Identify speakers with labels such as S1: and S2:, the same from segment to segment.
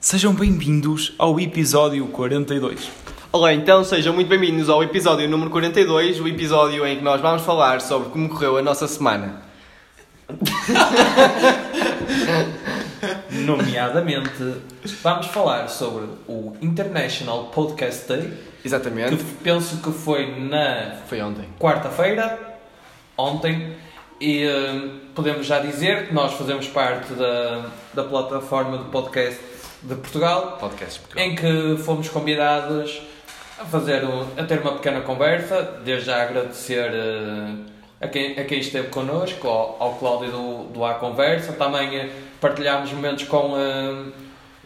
S1: Sejam bem-vindos ao episódio 42.
S2: Olá, então sejam muito bem-vindos ao episódio número 42, o episódio em que nós vamos falar sobre como correu a nossa semana.
S3: Nomeadamente, vamos falar sobre o International Podcast Day, que
S2: Exatamente.
S3: penso que foi na
S2: Foi ontem.
S3: quarta-feira, ontem, e eh, podemos já dizer que nós fazemos parte da, da plataforma de podcast de Portugal,
S2: Podcast.
S3: em que fomos convidados a fazer um- a ter uma pequena conversa, desde já agradecer eh, a, quem, a quem esteve connosco, ao, ao Cláudio do, do A Conversa, também eh, partilhámos momentos com eh,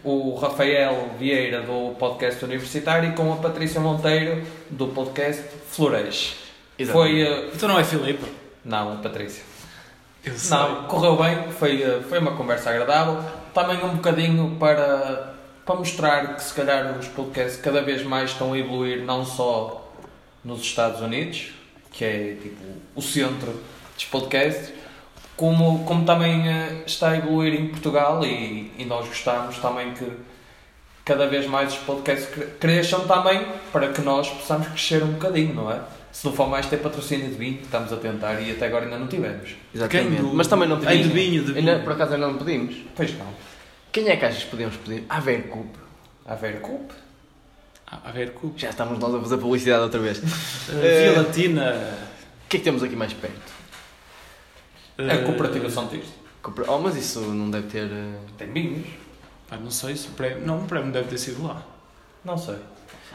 S3: o Rafael Vieira do podcast Universitário e com a Patrícia Monteiro do podcast Flores. Foi. eh,
S4: Então não é Filipe?
S3: não, Patrícia.
S4: Eu
S3: Não, correu bem, foi, eh, foi uma conversa agradável. Também um bocadinho para, para mostrar que se calhar os podcasts cada vez mais estão a evoluir não só nos Estados Unidos, que é tipo o centro dos podcasts, como, como também eh, está a evoluir em Portugal e, e nós gostamos também que cada vez mais os podcasts cre- cresçam também para que nós possamos crescer um bocadinho, não é? Se não for mais ter patrocínio de vinho, que estamos a tentar e até agora ainda não tivemos.
S2: Exatamente.
S4: Quem do-
S2: Mas também não
S4: Ai,
S2: pedimos.
S4: de vinho, de vinho.
S2: Ainda, por acaso ainda não pedimos.
S3: Pois não.
S2: Quem é que achas que podemos pedir? A Vercup.
S3: A ver, culpa.
S4: Ah, a ver, cu.
S2: Já estamos nós a fazer publicidade outra vez. O
S4: Via Latina.
S2: que é que temos aqui mais perto?
S4: eh,
S3: A cooperativa São Tirso.
S2: Cooper- Oh, mas isso não deve ter. eh,
S3: Tem vinhos?
S4: Pá, não sei se o prémio. Não, o prémio deve ter sido lá.
S3: Não sei.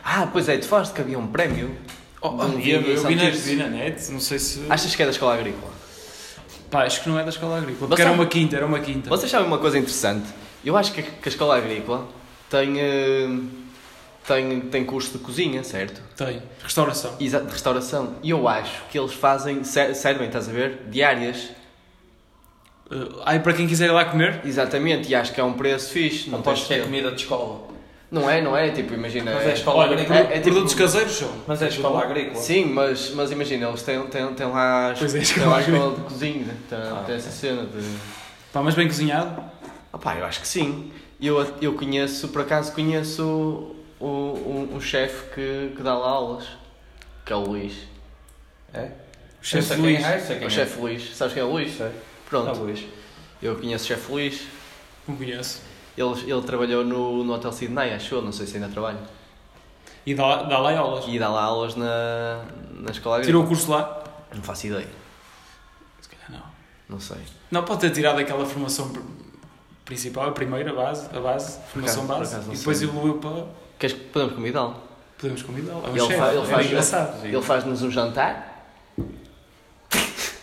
S2: Ah, pois é, tu falaste que havia um prémio.
S4: Oh,
S2: Não
S4: eu
S2: ah, vi,
S4: eu
S2: só
S4: vi na,
S2: tive-
S4: vi na net, não sei se.
S2: Achas que é da escola agrícola?
S4: Pá, acho que não é da escola agrícola.
S2: Mas
S4: Porque era
S2: sabe-
S4: uma quinta, era uma quinta.
S2: Então. Vocês sabem uma coisa interessante? Eu acho que, que a escola agrícola tem, eh, tem, tem curso de cozinha, certo?
S4: Tem. Restauração.
S2: Exa- de restauração. E eu acho que eles fazem, ser- servem, estás a ver? Diárias.
S4: Uh, ai, para quem quiser ir lá comer.
S2: Exatamente, e acho que é um preço fixe.
S3: Não
S2: Não,
S3: podes
S2: tens
S3: ter
S2: que-
S3: é comida de escola.
S2: Não é, não é? Tipo, imagina.
S3: Mas
S2: é-
S3: é escola
S4: Olha,
S3: agrícola.
S2: é- é tipo-
S4: Produtos caseiros são.
S3: Mas é escola agrícola.
S2: Sim, mas, mas imagina, eles têm, têm, têm lá, as-
S4: Pois é,
S2: têm
S4: escola
S2: lá a
S4: agrícola.
S2: escola de cozinha. Tem,
S3: Ah,
S2: tem essa cena de.
S4: Pá, mas bem cozinhado.
S2: Ah pá, eu acho que sim. Eu, eu conheço, por acaso, conheço o, um, um chefe que, que dá lá aulas. Que é o Luís.
S3: É?
S4: O
S3: Eu
S4: chefe
S3: sei
S4: Luís.
S3: quem é, eu sei
S2: É o
S3: quem é.
S2: chefe Luís. Sabes quem é o Luís?
S3: Sei. Ah,
S2: Pronto.
S3: Luís.
S2: Eu conheço o chefe Luís.
S4: Não conheço.
S2: Ele, ele trabalhou no, no Hotel Sydney, acho eu. Não sei se ainda trabalha.
S4: E dá, dá lá aulas.
S2: E dá lá aulas na, na escola
S4: Tirou
S2: agrícola.
S4: o curso lá.
S2: Não faço ideia.
S4: Se calhar não.
S2: Não sei.
S4: Não pode ter tirado aquela formação pr- principal, a primeira, a base, a base, formação
S2: acaso- por
S4: base,
S2: acaso não
S4: e depois
S2: sei.
S4: evoluiu para.
S2: Queres que podemos convidá-lo?
S4: Podemos convidá-lo. É um
S2: Ele
S4: chefe,
S2: fa- ele
S4: é
S2: faz-
S4: engraçado.
S2: Ele faz-nos um jantar?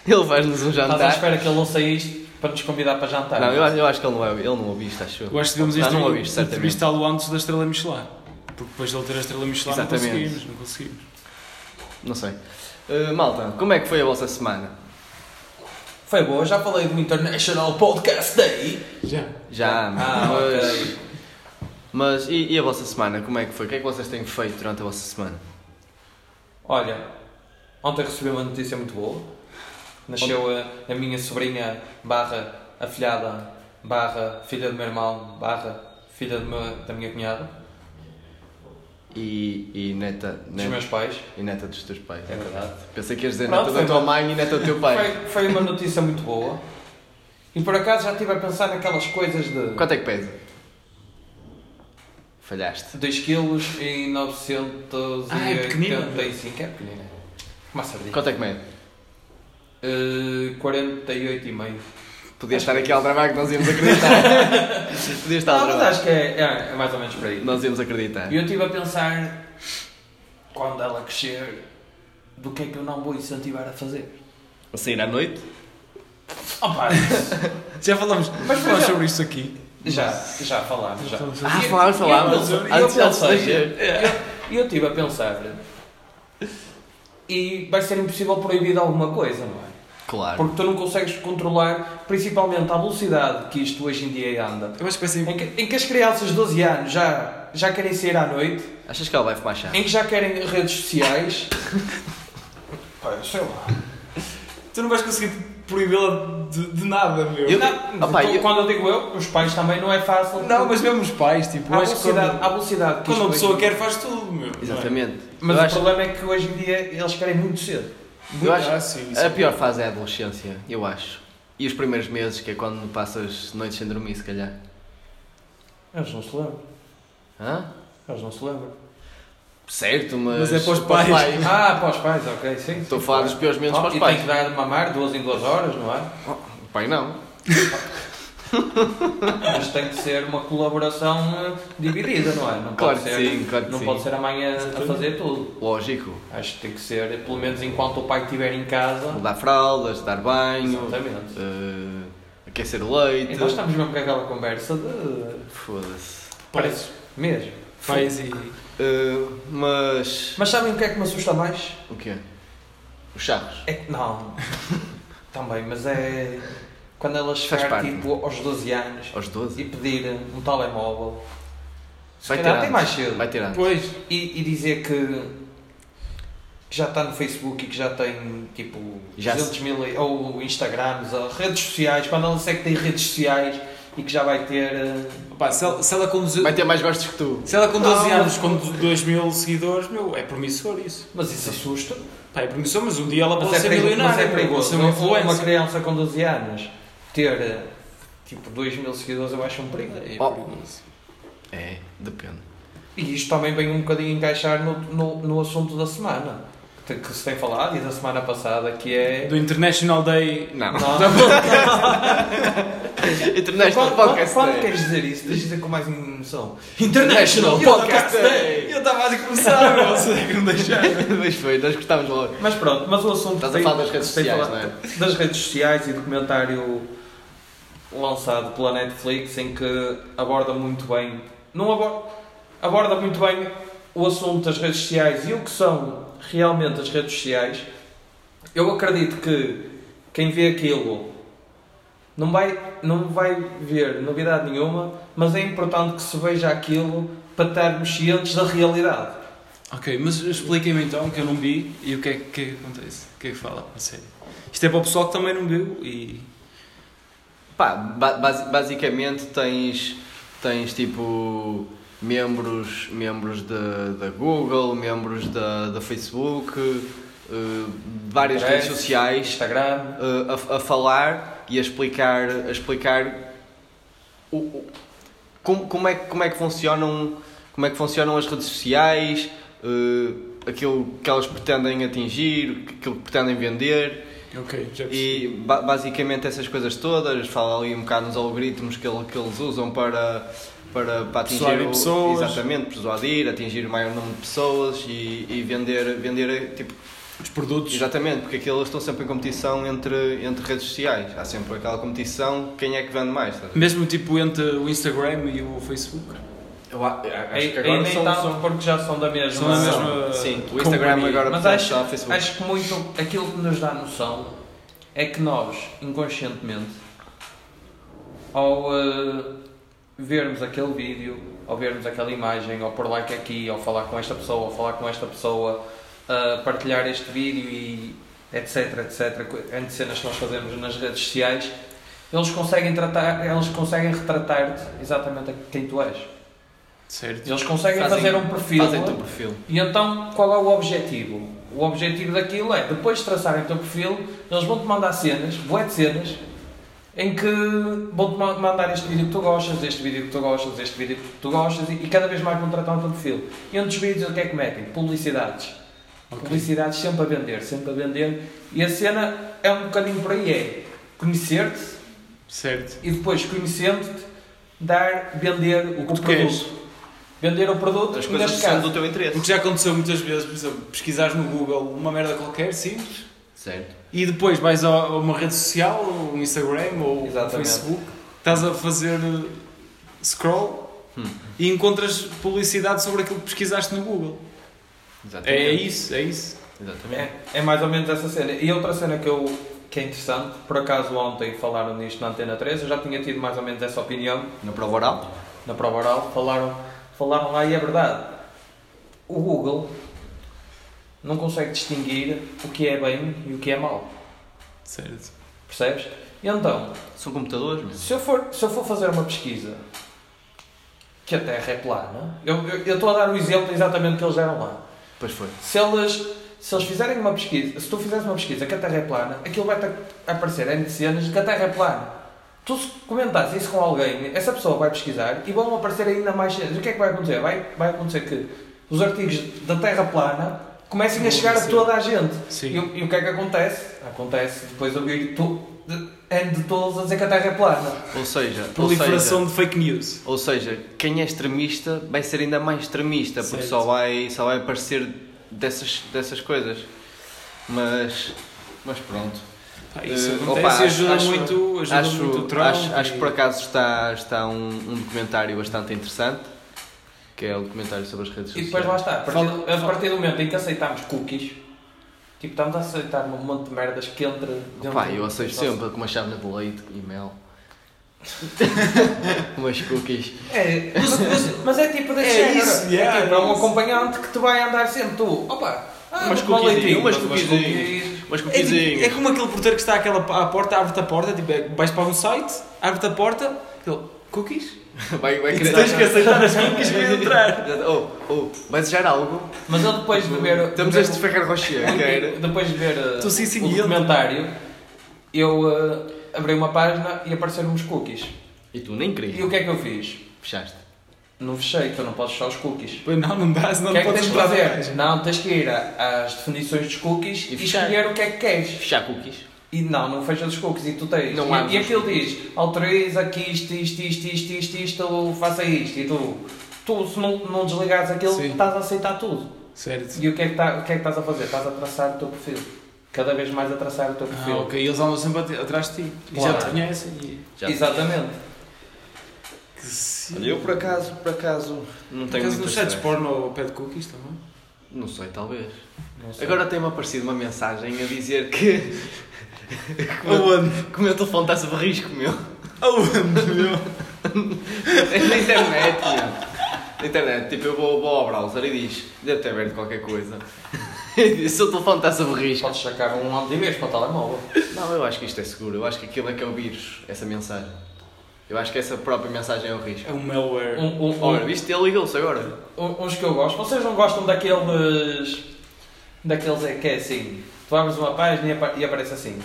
S2: ele faz-nos um
S3: Estás à
S2: jantar?
S3: espera que ele ouça isto para nos convidar para jantar.
S2: Não, eu, acho- eu acho que ele não, vai, ele não ouve isto, acho eu.
S4: Eu acho que devemos
S2: Não, não
S4: instru-
S2: ouviste, um certamente.
S4: entrevistá-lo antes da estrela Michelin. Porque depois de ele ter a estrela Michelin não
S2: Exatamente.
S4: conseguimos, não conseguimos.
S2: Não sei. Uh, malta, como é que foi a vossa semana?
S3: Foi boa, já falei do International Podcast Day.
S4: Já.
S2: Já,
S3: Ah,
S2: mas.
S3: ok.
S2: Mas e, e a vossa semana? Como é que foi? O que é que vocês têm feito durante a vossa semana?
S3: Olha, ontem recebi uma notícia muito boa. Nasceu a, a minha sobrinha barra afilhada barra filha do meu irmão barra filha do meu- da minha cunhada,
S2: E, e neta.
S3: dos
S2: neta
S3: meus pais.
S2: E neta dos teus pais.
S3: Né? É verdade.
S2: Pensei que ias dizer
S3: Pronto,
S2: neta da
S3: foi
S2: tua mãe e neta do teu pai.
S3: Foi, foi uma notícia muito boa. E por acaso já estive a pensar naquelas coisas de
S2: Quanto é que pesa? Falhaste.
S3: 2 kg e 985.
S4: Ah, é pequenina.
S3: É pequenina. Uma sardinha.
S2: Quanto é que mede?
S3: Uh, 48,5.
S2: Podia estar aqui ao trabalho que nós íamos acreditar. Podia estar
S3: Não,
S2: ao
S3: mas
S2: trabalho.
S3: acho que é, é- é mais ou menos por aí.
S2: Nós íamos acreditar.
S3: E eu estive a pensar, quando ela crescer, do que é que eu não vou incentivar a fazer.
S2: A sair à noite?
S4: Oh,
S3: Opa,
S4: Já falamos, mas falamos sobre isso aqui.
S3: já, já falámos, já.
S4: Falamos sobre-
S2: Ah, falámos, falámos.
S3: Eu, eu, eu,
S2: Antes antes de
S3: pensei,
S2: nascer.
S3: eu, eu estive a pensar. E vai ser impossível proibir alguma coisa, não é?
S2: Claro.
S3: Porque tu não consegues controlar, principalmente à velocidade que isto hoje em dia anda.
S4: Eu acho que vai ser.
S3: Em que, em que as crianças de 12 anos já, já querem sair à noite,
S2: Achas que ela vai fumar chá?
S3: em que já querem redes sociais. Pá, sei lá.
S4: Tu não vais conseguir proibi-la de, de nada, meu.
S3: Eu,
S2: Ah, pá,
S3: então,
S2: eu-
S3: quando eu digo eu, os pais também não é fácil.
S4: Não, mas mesmo os pais, tipo, eu
S3: à
S4: acho que quando,
S3: velocidade, à velocidade que
S4: quando uma
S3: isto
S4: pessoa
S3: é-
S4: quer faz tudo, meu. não é?
S2: Exatamente.
S3: Mas
S2: eu
S3: o
S2: acho,
S3: problema é que hoje em dia eles querem muito cedo.
S2: eu
S4: Muito
S2: acho-
S4: fácil.
S2: a pior fase é a adolescência, eu acho. E os primeiros meses, que é quando passas noites sem dormir, se calhar.
S3: Eles não se lembram.
S2: Hã?
S3: Eles não se lembram.
S2: Certo, mas.
S4: Mas é para os pais.
S3: Ah, para os pais, ok, sim.
S2: Estou a falar dos piores momentos para
S3: Oh,
S2: os
S3: e
S2: pais.
S3: tem que dar de mamar duas em duas horas, não é?
S2: O pai não.
S3: Mas tem que ser uma colaboração eh, dividida, não é? Não
S2: Claro
S3: pode
S2: que
S3: ser,
S2: sim, claro que
S3: não
S2: sim.
S3: pode ser a mãe a, a fazer tudo.
S2: Lógico.
S3: Acho que tem que ser, pelo menos enquanto o pai estiver em casa.
S2: Mudar fraldas, dar banho,
S3: Exatamente.
S2: eh, aquecer o leite.
S3: E nós estamos mesmo com aquela conversa de.
S2: Foda-se.
S3: Parece mesmo.
S4: Pais e.
S2: Eh, mas.
S3: Mas sabem o que é que me assusta mais?
S2: O quê? Os charros.
S3: É que. Não. Também, mas é. Quando elas
S2: Faz
S3: chegar
S2: parte.
S3: tipo aos 12 anos
S2: Aos 12.
S3: e pedir um telemóvel. Se
S2: Vai ter
S3: calhar até
S2: antes.
S3: mais cedo.
S2: Vai ter antes.
S4: Pois,
S3: E, e dizer que, que já está no Facebook e que já tem tipo
S2: Já
S3: 200 mil ou Instagrams ou redes sociais, quando ela sei que tem redes sociais e que já vai ter. eh,
S4: Opa, se, ela, se ela com deze-
S2: Vai ter mais gostos que tu.
S4: se ela com 12
S3: Não.
S4: anos, com 2 mil seguidores, meu, é promissor isso.
S3: Mas isso assusta.
S4: Pá, é promissor, mas um dia ela pode
S3: Mas é,
S4: ser
S3: perigo, mas
S4: milionária,
S3: é
S4: meu, pode
S3: perigoso.
S4: ser uma
S3: Uma, uma
S4: influencer.
S3: criança com 12 anos ter eh, tipo 2 mil seguidores eu acho um perigo.
S4: É
S2: Oh.
S4: perigoso.
S2: É, depende.
S3: E isto também vem um bocadinho encaixar no, no, no assunto da semana. Que, que se tem falado e da semana passada que é.
S4: Do International Day
S2: Não.
S3: Não.
S2: International
S3: Quando- quando-
S2: Podcast
S3: Quando
S2: Day.
S3: é queres dizer isso? Deixa dizer com mais emoção.
S4: International Podcast Day!
S2: Day.
S4: Eu
S3: tá
S4: estava a começar, meu, se é que me deixaram.
S2: Mas foi, nós gostávamos logo.
S3: Mas pronto, mas o assunto.
S2: Estás a
S3: tem-
S2: falar das redes
S3: tem
S2: sociais,
S3: falado-
S2: não é?
S3: Das redes sociais e documentário lançado pela Netflix em que aborda muito bem. Não aborda, aborda muito bem o assunto das redes sociais e o que são realmente as redes sociais. Eu acredito que quem vê aquilo não vai, não vai ver novidade nenhuma, mas é importante que se veja aquilo para estarmos cientes da realidade.
S4: Ok, mas expliquem-me então, que eu não vi, e o que é que, é que acontece? O que é que fala? A sério. Isto é para o pessoal que também não viu e.
S2: Pá, ba- basi- basicamente tens, tens tipo membros, membros da, da Google, membros da, da Facebook, eh, várias
S3: Parece.
S2: redes sociais
S3: Instagram,
S2: eh, a, a falar e a explicar, a explicar o, o- como, como, é, que- como é que funcionam como é que funcionam as redes sociais, eh, aquilo que elas pretendem atingir, aquilo que pretendem vender.
S4: Ok, já percebi.
S2: E ba- basicamente essas coisas todas, fala ali um bocado nos algoritmos que, ele- que eles usam para, para, para atingir
S4: Persuadir
S2: o-
S4: pessoas.
S2: Exatamente, persuadir, atingir o maior número de pessoas e, e vender, vender tipo,
S4: Os produtos.
S2: exatamente, porque aquilo eles estão sempre em competição entre, entre redes sociais. Há sempre aquela competição, quem é que vende mais? estás a ver?
S4: Mesmo tipo entre o Instagram e o Facebook.
S2: Eu a- acho
S3: Aí,
S2: que
S3: aí
S2: agora
S3: nem
S2: são-
S3: tanto porque já são da mesma.
S4: São da
S2: são-
S4: mesma
S2: Sim, o
S4: companhia.
S2: Instagram agora
S3: Mas
S2: portanto,
S3: acho-
S2: está ao Facebook.
S3: Acho que muito aquilo que nos dá noção é que nós, inconscientemente, ao eh, vermos aquele vídeo, ao vermos aquela imagem, ao pôr like aqui, ao falar com esta pessoa, ao falar com esta pessoa, a partilhar este vídeo e etc, etc, co- entre cenas que nós fazemos nas redes sociais, eles conseguem, tratar, eles conseguem retratar-te exatamente quem tu és.
S4: Certo.
S3: Eles conseguem
S2: Fazem-
S3: fazer um perfil.
S2: Fazem o teu perfil.
S3: E então, qual é o objetivo? O objetivo daquilo é, depois de traçarem o teu perfil, eles vão-te mandar cenas, bué de cenas, em que vão-te ma- mandar este vídeo que tu gostas, este vídeo que tu gostas, este vídeo que tu gostas, e, e cada vez mais vão tratar o teu perfil. E entre os vídeos, o que é que metem? Publicidades. Publicidades sempre a vender, sempre a vender. E a cena é um bocadinho por aí, é conhecer-te
S4: Certo.
S3: e depois, conhecendo-te, dar, vender o,
S4: tu
S3: produto.
S4: queres.
S3: Vender o produto,
S2: é As
S3: e
S2: coisas que
S3: neste
S2: são
S3: caso,
S2: do teu interesse.
S4: Porque já aconteceu muitas vezes, por exemplo, pesquisares no Google uma merda qualquer, simples,
S2: Certo.
S4: e depois vais a a uma rede social, ou um Instagram ou um
S3: Exatamente.
S4: Facebook, estás a fazer eh, scroll
S2: Hum.
S4: e encontras publicidade sobre aquilo que pesquisaste no Google.
S2: Exatamente.
S4: É isso, é isso.
S2: Exatamente.
S3: É, é mais ou menos essa cena. E outra cena que, eu, que é interessante, por acaso ontem falaram nisto na Antena 3, eu já tinha tido mais ou menos essa opinião
S2: Na prova oral?
S3: na prova oral, falaram, falaram lá e é verdade. O Google não consegue distinguir o que é bem e o que é mau.
S4: Certo.
S3: Percebes? E então,
S2: São computadores, meu.
S3: se eu, for, se eu for fazer uma pesquisa que a Terra é plana, eu eu- eu estou a dar o exemplo exatamente que eles deram lá.
S2: Pois foi.
S3: Se eles, se eles fizerem uma pesquisa, se tu fizeres uma pesquisa que a Terra é plana, aquilo vai-te aparecer N cenas de que a Terra é plana. Tu se comentares isso com alguém, essa pessoa vai pesquisar e vão aparecer ainda mais cenas. O que é que vai acontecer? Vai, vai acontecer que os artigos da Terra plana comecem a chegar a toda a gente. E,
S4: Sim.
S3: o- e o que é que acontece? Acontece depois ouvir tu, de, N de todos a dizer que a Terra é plana.
S2: Ou seja, ou seja,
S4: Proliferação de fake news.
S2: ou seja, quem é extremista vai ser ainda mais extremista, porque
S4: Certo.
S2: só vai, só vai aparecer dessas, dessas coisas. Mas, mas pronto.
S4: Pá, isso
S2: Eh,
S4: acontece
S2: opa,
S4: e ajuda,
S2: acho-
S4: muito, ajuda
S2: acho,
S4: muito o Trump.
S2: acho, acho que por
S4: e-
S2: acaso está, está um, um documentário bastante interessante, que é o documentário sobre as redes
S3: E
S2: sociais.
S3: depois lá está, a partir,
S4: Fala-
S3: a partir do momento em que aceitamos cookies, tipo, estamos a aceitar um monte de merdas que entra dentro
S2: Pá, eu
S3: do-
S2: aceito
S3: do nosso-
S2: sempre com uma chávena de leite e mel. Umas cookies.
S3: É, mas, mas- mas é tipo desse
S4: É
S3: género.
S4: isso, yeah,
S3: é, tipo, é um
S4: é isso.
S3: acompanhante que te vai andar sempre tu. Opa, ah,
S2: Umas
S3: uma
S2: cookiezinhas,
S3: leitinha,
S2: umas
S3: umas
S2: cookiezinhas.
S3: cookies.
S2: Umas
S4: É, tipo- é
S2: cookiezinhas.
S4: como aquele porteiro que está àquela, à porta, abre-te a porta, tipo, é, vais para um site, abre-te a porta, ele, cookies?
S2: Vai, vai
S4: E tu
S2: querer.
S4: tens que aceitar as cookies para entrar.
S2: Oh, oh, vai desejar algo?
S3: Mas eu depois de ver.
S2: Estamos
S3: de
S2: a
S3: ver-
S2: ferrar rocher, quer?
S3: Depois de ver uh,
S4: Estou sem
S3: o
S4: cimento.
S3: documentário, eu uh, abri uma página e apareceram uns cookies.
S2: E tu nem
S3: E
S2: querias.
S3: o que é que eu fiz?
S2: Fechaste.
S3: Não fechei, tu não podes fechar os cookies.
S4: Pois não, não dá, senão
S3: O que é
S4: não
S3: que
S4: podes
S3: tens de
S4: entrar
S3: fazer?
S4: mais.
S3: Não, tens que ir a- às definições dos cookies
S2: E
S3: e,
S2: fechar.
S3: escolher o que é que queres.
S2: Fechar cookies.
S3: E não, não fechas os cookies e tu tens.
S2: Não
S3: e,
S2: abres
S3: e
S2: os
S3: aquilo diz, autoriza aqui isto, isto, isto, isto, isto, isto, faça isto. E tu, tu se não, não desligares aquilo,
S4: Sim.
S3: estás a aceitar tudo.
S4: Certo.
S3: E o que, é que tá- o que é que estás a fazer? Estás a traçar o teu perfil. Cada vez mais a traçar o teu perfil.
S4: Ah, ok, eles andam sempre at- atrás de ti. E já
S3: Claro.
S4: te conhecem. E...
S2: Já.
S3: Exatamente.
S4: Que sim.
S2: Olha, eu por acaso, por acaso, não
S4: Por acaso
S2: tenho muitas
S4: nos sites
S2: ideias.
S4: porno pede cookies também?
S2: Não sei, talvez.
S3: Não sei.
S2: Agora tem-me aparecido uma mensagem a dizer que. que É o meu-
S4: Aonde?
S2: que o meu telefone está sob risco, meu.
S4: Aonde, meu?
S2: É na internet, meu. Na internet, tipo, eu vou, vou ao browser e diz: deve ter aberto qualquer coisa. E diz, seu telefone está sob risco.
S3: Podes sacar um antivírus para o telemóvel.
S2: Não, eu acho que isto é seguro. Eu acho que aquilo é que é o vírus, essa mensagem. Eu acho que essa própria mensagem é o risco.
S4: É um malware.
S3: Um, um, um-
S2: Olha, viste? Ele ligou-se agora.
S3: Um- Uns que eu gosto. Vocês não gostam daqueles. daqueles é que é assim. Tu abres uma página e, apa- e aparece assim. é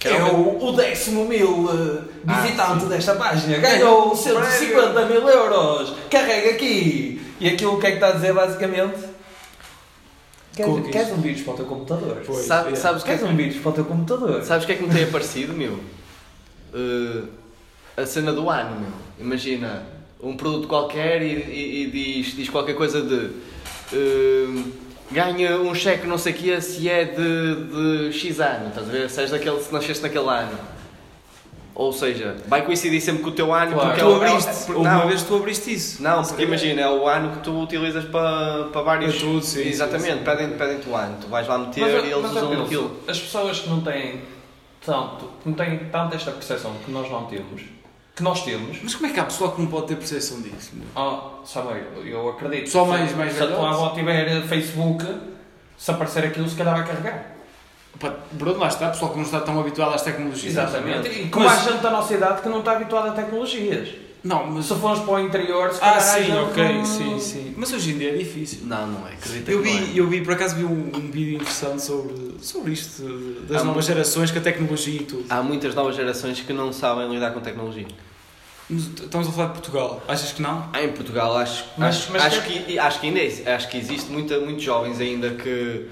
S2: Quero ver-
S3: o décimo mil eh,
S2: Ah,
S3: desta página. Ganhou
S2: Prémio.
S3: 150 mil euros. Carrega aqui. E aquilo o que é que está a dizer basicamente? Queres,
S4: Cookies.
S3: queres um vírus para o teu computador?
S4: Pois,
S2: Sabe-
S4: é.
S2: sabes, o que é
S3: Queres um vírus para o teu computador?
S2: que, sabes o que é que me tem aparecido, meu? Uh, a cena do ano, meu. Imagina, um produto qualquer e, e- e diz, diz qualquer coisa de. uh, ganha um cheque não sei o que se é de, de X ano, estás a ver? Se, és daquele, se nasceste naquele ano. Ou seja, vai coincidir sempre com o teu ano
S3: Claro.
S2: porque é
S4: Tu
S2: o-
S4: abriste.
S2: porque-
S4: Houve
S2: não,
S4: uma vez tu abriste isso.
S2: Não, porque imagina, é o ano que tu utilizas para, para vários.
S4: Para tudo, sim,
S2: Exatamente,
S4: sim, sim.
S2: pedem-te pedem o ano, tu vais lá meter
S3: Mas eu-
S2: e eles
S3: mas eu
S2: usam
S3: penso,
S2: aquilo.
S3: As pessoas que não têm tanto, que não têm tanto esta percepção que nós não temos, que nós temos,
S4: Mas como é que há pessoal que não pode ter percepção disso? meu?
S3: Oh, sabe, eu, eu acredito.
S4: Só
S3: Se-
S4: mais- mais
S3: Se a tua
S4: velhotes.
S3: avó tiver Facebook, se aparecer aquilo, se calhar vai carregar.
S4: Pá, Bruno, lá está, pessoal que não está tão habituado às tecnologias.
S3: Exatamente. E como há
S4: Mas-
S3: gente da nossa idade que não está habituada a tecnologias.
S4: Não, mas.
S3: Se fores para o interior, se calhar.
S4: Ah,
S3: há
S4: sim,
S3: gente
S4: ok,
S3: que-
S4: sim, sim. Mas hoje em dia é difícil.
S2: Não, não é, acredita
S4: Eu
S2: que não é.
S4: vi, eu vi, por acaso vi um, um vídeo interessante sobre, sobre isto, de- das
S2: Há
S4: novas gerações com a tecnologia e tudo.
S2: Há muitas novas gerações que não sabem lidar com tecnologia.
S4: Mas Estamos a falar de Portugal, achas que não?
S2: Ah, em Portugal acho,
S3: Mas-
S2: acho,
S3: mas
S2: acho que... acho que ainda é- acho que existe muita, muitos jovens ainda que,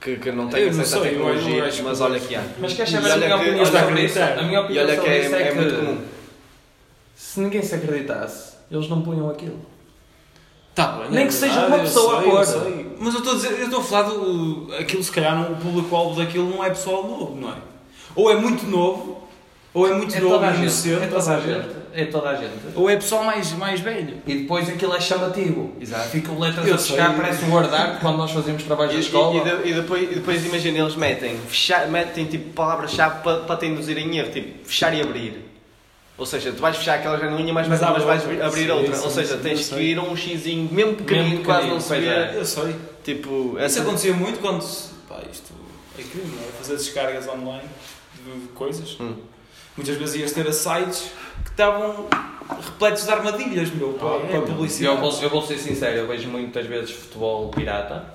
S2: que, que não têm
S4: Eu não
S2: acesso à
S4: sei, eu- eu
S2: tecnologia,
S4: acho que-
S2: mas olha que há.
S3: Mas queres
S2: E
S3: saber a
S2: olha
S3: minha
S2: que-
S3: opinião
S4: olha
S3: sobre
S4: que-
S3: isso? A minha
S2: E
S3: opinião
S2: olha que
S3: sobre
S2: é,
S3: isso é,
S2: é
S3: que
S2: muito comum.
S3: se ninguém se acreditasse, eles não punham aquilo.
S4: Tá bem,
S3: Nem
S4: é
S3: que seja
S4: verdade,
S3: uma
S4: eu
S3: pessoa
S4: sei, eu
S3: a cor.
S4: sei. Mas eu estou a dizer, eu estou a falar do. Aquilo, se calhar, não- o público-alvo daquilo não é pessoal novo, não é? Ou é muito novo, ou é muito novo e inocente,
S3: É toda a gente. É toda a gente.
S4: ou é pessoal mais, mais velho.
S3: E depois aquilo é chamativo.
S2: Exato.
S3: Ficam letras
S4: Eu
S3: a pescar,
S4: sei.
S3: parece o guardar quando nós fazemos trabalhos
S2: E,
S3: de
S2: e-
S3: escola.
S2: e de- e depois, e depois imagina, eles metem, fecha- metem tipo palavras-chave para, para te induzir em erro, tipo fechar e abrir. Ou seja, tu vais fechar aquela janelinha, mas,
S4: Mas
S2: mas, mas
S4: abre
S2: vais
S4: outra.
S2: abrir
S4: Sim,
S2: outra.
S4: sim,
S2: Ou seja,
S4: sim, eu
S2: tens que
S4: sei.
S2: ir a um xizinho, mesmo pequenino,
S3: Mesmo
S2: quase
S3: pequenino,
S2: não se
S3: pois
S2: vê.
S3: é.
S4: Eu sei.
S2: Tipo,
S4: Isso
S2: essa
S4: acontecia muito quando. se- Pá, isto é crime, não é? Fazer é? descargas online. de coisas.
S2: Hum.
S4: Muitas vezes ias ter a sites que estavam repletos de armadilhas, meu, para,
S2: Ah, é,
S4: para
S2: meu.
S4: publicidade.
S3: Eu vou, eu vou ser sincero, eu vejo muitas vezes futebol pirata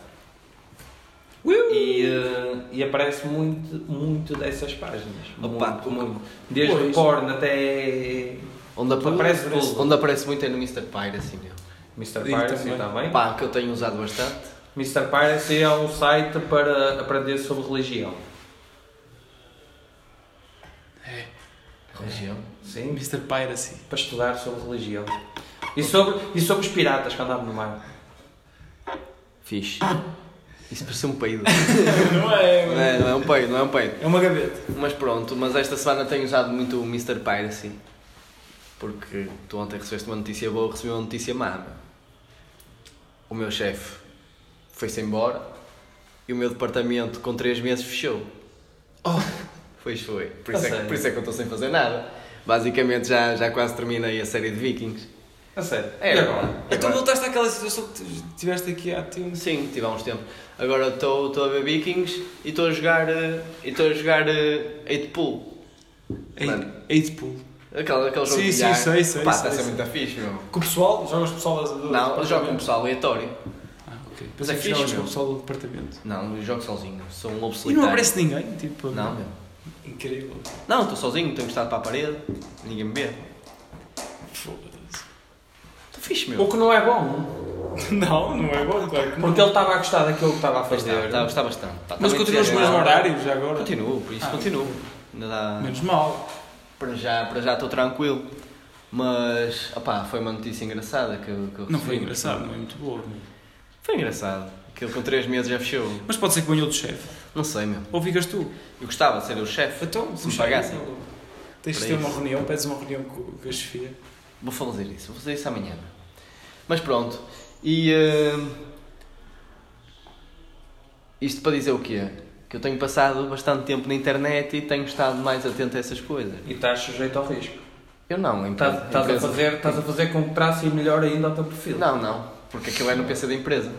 S3: e, eh, e aparece muito, muito dessas páginas.
S2: Opa,
S3: muito,
S2: o-
S3: muito. Desde
S4: Pois.
S3: porno até
S2: Onde, apa-
S3: Aparece tudo.
S2: onde aparece muito é no Mr. Piracy, meu.
S3: Mr.
S4: E
S3: Piracy
S4: também.
S3: também.
S2: Pá, que eu tenho usado bastante.
S3: Mr. Piracy é um site para aprender sobre religião.
S2: Religião.
S3: Sim,
S1: Mr. Piracy.
S3: para estudar sobre religião. E sobre, e sobre os piratas que andavam no mar.
S2: Fixe.
S3: Ah!
S2: Isso pareceu um peido.
S4: Não é,
S2: não,
S4: meu.
S2: é, não é um peido, não é um peido.
S4: É uma gaveta.
S2: Mas pronto, mas esta semana tenho usado muito o Mr. Piracy. Porque tu ontem recebeste uma notícia boa, eu recebi uma notícia má. meu. O meu chefe foi-se embora e o meu departamento com 3 meses fechou. Pois foi. Por isso,
S3: Oh! A
S2: é, que-
S3: sério?
S2: por isso é que eu estou sem fazer nada. Basicamente já, já quase terminei a série de Vikings.
S3: A sério.
S2: É,
S3: e agora?
S4: Então
S2: Agora-
S4: voltaste àquela situação que tu tiveste aqui há tempo.
S2: Sim, tive há uns tempos. Agora estou estou a ver Vikings e estou a jogar. eh, e estou a jogar. eh, 8 Pool. Mano.
S4: Eight pool.
S2: Aquele, aquele jogo
S4: Sim,
S2: de
S4: sim,
S2: bilhar.
S4: sei, sei,
S2: Pá,
S4: sei,
S2: está a ser
S4: sei. tá
S2: muito fixe, meu.
S4: Com o pessoal? Jogas com o pessoal das
S2: Não, eu jogo com um pessoal aleatório.
S4: Ah, ok.
S2: Mas
S4: Pensei
S2: é
S4: que
S2: fixe,
S4: jogavas
S2: meu.
S4: com o pessoal do departamento.
S2: Não, eu jogo sozinho. Sou um lobo
S4: E
S2: solitário.
S4: não aparece ninguém, tipo.
S2: Não, meu.
S4: Incrível.
S2: Não, estou sozinho, tenho encostado para a parede. Ninguém me vê.
S4: Foda-se.
S2: Estou fixe, meu.
S3: O que não é bom,
S4: Não, não é bom, claro que não.
S3: porque ele estava a gostar daquilo
S4: é
S3: que estava a
S2: Pois é, está,
S3: fazer.
S2: está, está tá, bastante. Está-
S4: Mas
S2: está muito
S4: continuas com os mesmos
S2: desagradável.
S4: horários já agora?
S2: Continuo, por isso
S4: Ah,
S2: continuo. Ainda dá...
S4: Menos mal.
S2: Para já, para já estou tranquilo. Mas, opá, foi uma notícia engraçada que eu, que eu
S4: Não
S2: recebi.
S4: foi engraçado, não é muito boa. meu.
S2: Foi engraçado. Aquilo com 3 meses já fechou.
S4: Mas pode ser que venha outro chefe.
S2: Não sei, meu.
S4: Ou ficas tu.
S2: Eu gostava de ser o chefe.
S4: Então,
S2: Se me
S4: chega,
S2: pagassem.
S4: então, Tens de
S2: Para
S4: ter uma
S2: isso.
S4: reunião, pedes uma reunião com com a chefia.
S2: Vou fazer isso, vou fazer isso amanhã. Mas pronto. E. eh, isto para dizer o quê? Que eu tenho passado bastante tempo na internet e tenho estado mais atento a essas coisas.
S3: E estás sujeito ao risco.
S2: Eu não, em
S3: Estás, Tá, estás a, fazer, estás a fazer com que trace melhor ainda o teu perfil.
S2: Não, não. Porque aquilo é no PC da empresa.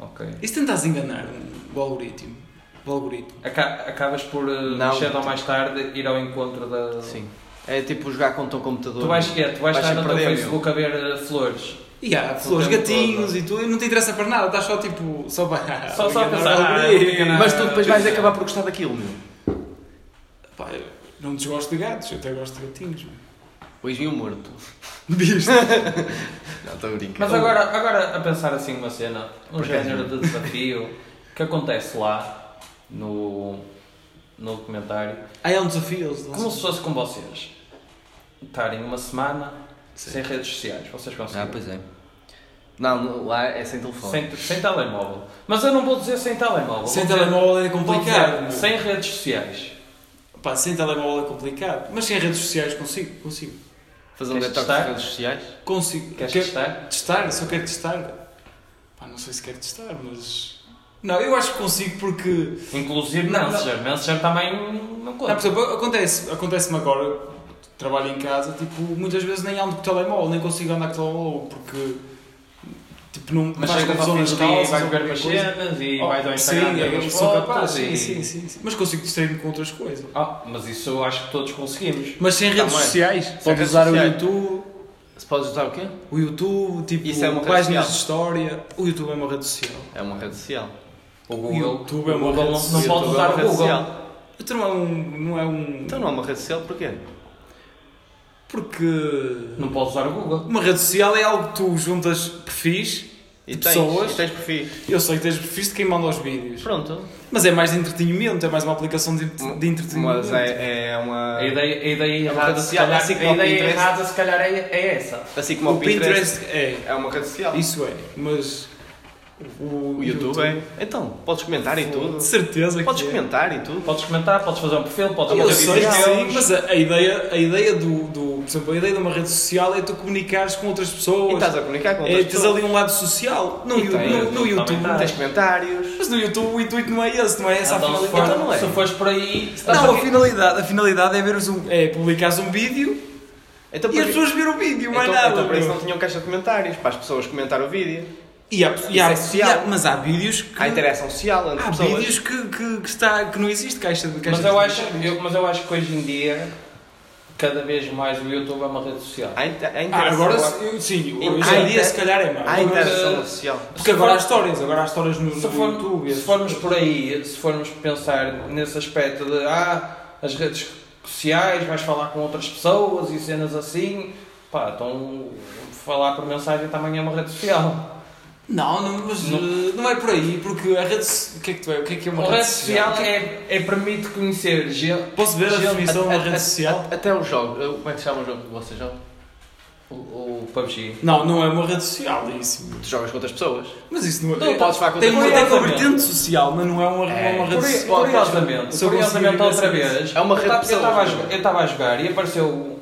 S3: Ok.
S4: E se tentas enganar um- o algoritmo? O algoritmo.
S3: Aca- acabas por, eh,
S2: Não.
S3: mais cedo ou mais tarde, ir ao encontro da.
S2: Sim. É tipo jogar contra o computador.
S3: Tu vais, é, tu vais,
S2: Vais
S3: estar no
S2: sempre
S3: teu
S2: perder,
S3: Facebook a ver eh, flores.
S4: E há
S3: O
S4: flores,
S3: tempo
S4: gatinhos
S3: todo.
S4: e tudo, e não te interessa para nada, estás só tipo. Só para.
S3: Só- só a
S4: enganar o
S3: pensar, ah,
S4: algoritmo.
S3: vou enganar.
S2: Mas tu depois vais acabar por gostar daquilo, meu.
S4: Pá, eu não desgosto de gatos, eu até gosto de gatinhos. meu.
S2: Hoje vi um morto.
S4: Viste?
S2: Não, estou a brincar.
S3: Mas agora, agora a pensar assim uma cena, um género de desafio que acontece lá no, no documentário,
S4: Ah, é um desafio, eles dão-
S3: como se fosse com vocês estarem uma semana
S4: Sim.
S3: sem redes sociais, vocês conseguem.
S2: Ah, pois é. Não, lá é sem telefone.
S3: sem, sem telemóvel. Mas eu não vou dizer sem telemóvel.
S4: Sem
S3: vou dizer-
S4: telemóvel é
S3: vou
S4: complicado.
S3: dizer
S4: meu.
S3: Sem redes sociais.
S4: Pá, sem telemóvel é complicado. Mas sem redes sociais consigo, consigo.
S2: Fazer um
S3: Queres
S2: detox
S3: testar?
S2: das redes sociais.
S4: Consigo.
S3: Queres
S4: Quer-
S3: testar?
S4: Testar, se eu quero testar. Pá, não sei se quero testar, mas. Não, eu acho que consigo porque.
S3: Inclusive
S4: Não, não.
S3: Messenger. Messenger também não
S4: Não, por
S3: conta.
S4: exemplo, acontece- acontece-me agora, trabalho em casa, tipo, muitas vezes nem ando com o telemóvel, nem consigo andar com o telemóvel porque. Tipo, não
S3: Mas
S4: vais
S3: chega
S4: confusão
S3: ao fim
S4: nas
S3: do dia e
S4: calças
S3: vais
S4: ou
S3: ver
S4: qualquer
S3: umas
S4: coisa.
S3: cenas e
S4: Oh,
S3: vais ao Instagram
S4: sim,
S3: ver
S4: eu
S3: umas
S4: sou
S3: fotos
S4: capaz, sim,
S3: e...
S4: sim, sim, sim. Mas consigo distrair-me com outras coisas.
S3: Ah, mas isso eu acho que todos conseguimos.
S4: Mas sem redes
S2: Também.
S4: sociais, podes
S2: redes
S4: usar
S2: sociais.
S4: o YouTube,
S2: Se podes usar o quê?
S4: o YouTube, tipo,
S2: Isso é uma rede
S4: páginas de
S2: social.
S4: história. O YouTube é uma rede social.
S2: É uma rede social.
S3: O
S4: YouTube é uma
S3: o Google
S4: rede
S3: não,
S4: social.
S3: não pode
S2: YouTube é uma
S3: usar o
S2: rede
S3: Google.
S2: social.
S4: Então não é um. Não é um
S2: Então não é uma rede social, porquê?
S4: Porque.
S3: Não pode usar o Google.
S4: Uma rede social é algo que tu juntas perfis.
S2: E
S4: De
S2: tens,
S4: pessoas?
S2: e tens perfis.
S4: Eu sei que tens perfis de quem manda os vídeos.
S2: Pronto.
S4: Mas é mais de entretenimento, é mais uma aplicação de, de entretenimento.
S2: Mas é, é uma...
S3: A ideia, a ideia
S2: É uma
S3: errada,
S2: rede
S3: se
S2: social,
S3: calhar,
S2: assim como
S3: a
S2: o
S3: ideia
S2: Pinterest.
S3: errada, se calhar, é, é essa.
S2: Assim como
S4: O Pinterest é.
S2: É uma rede social.
S4: Isso é. Mas. O,
S2: O YouTube é. Então, podes comentar e tudo.
S4: De certeza que
S2: Podes
S4: é.
S2: comentar e tudo.
S3: Podes comentar, podes fazer um perfil, podes
S4: Eu
S3: fazer
S4: sei que
S3: vídeos.
S4: sim, mas a, a ideia, a ideia do, do- Por exemplo, a ideia de uma rede social é tu comunicares com outras pessoas.
S2: E estás a comunicar com
S4: é,
S2: outras
S4: tens
S2: pessoas.
S4: ali um lado social. No,
S2: E
S4: Yu-
S2: tens,
S4: no- no
S3: também
S4: YouTube.
S3: tens.
S2: Tens comentários.
S4: Mas no YouTube o intuito não é esse, não é essa a
S3: Então, se, for,
S4: finalidade.
S2: Então não é.
S3: se fores por aí, estás
S4: Não,
S3: a-
S4: a finalidade, a finalidade é ver um, é publicares um vídeo
S2: Então,
S4: e as
S2: porquê-
S4: pessoas ver o vídeo, mais
S2: então,
S4: nada.
S2: então para isso
S4: meu.
S2: não tinham caixa de comentários. Para as pessoas comentar o vídeo.
S4: E há, e há-
S2: Isso é social.
S4: e há- mas há vídeos que.
S2: Há interação social entre
S4: há
S2: pessoas.
S4: Ah. vídeos que, que, que está, que não existe caixa de caixa
S3: Mas
S4: de-
S3: eu, acho, eu- mas eu acho que hoje em dia, cada vez mais o YouTube é uma rede social.
S2: Há, inter- há interação,
S4: Ah, agora se- eu- sim,
S2: Há
S4: hoje em dia
S2: inter-
S4: se calhar é mais.
S2: há interação
S3: mas,
S2: social.
S4: Porque agora há histórias, agora há histórias no,
S3: Se,
S4: Ah, no
S3: for-
S4: YouTube. é.
S3: se formos por aí, se formos pensar nesse aspecto de ah, as redes sociais, vais falar com outras pessoas e cenas assim, pá, então falar por mensagem também é uma rede social.
S4: Não, não, mas
S3: Não.
S4: eh, não. é por aí, porque a rede. so- O que é que, tu é? O que, é, que é uma
S3: Uma rede social é, é permite conhecer gente.
S4: Posso ver a
S3: Gente,
S4: definição de
S2: a-
S4: uma
S2: a-
S4: rede social?
S2: Até o jogo. Como é que se chama o jogo que vocês jogam?
S3: O, o PUBG.
S4: Não, não é uma rede social, é isso.
S2: Tu jogas com outras pessoas.
S4: Mas isso não é.
S2: Não podes falar com
S4: tem,
S2: outras
S4: uma,
S2: pessoas.
S4: tem uma
S3: Curiosamente.
S4: vertente social, mas não é uma,
S2: É.
S4: uma rede
S3: Curi-
S4: social.
S3: Curiosamente,
S4: Só
S3: curiosamente
S4: consigo
S3: outra
S4: ver
S3: vez,
S2: É uma
S3: eu
S2: rede
S3: tava- eu
S2: social.
S3: tava a jo- Eu estava a jogar e apareceu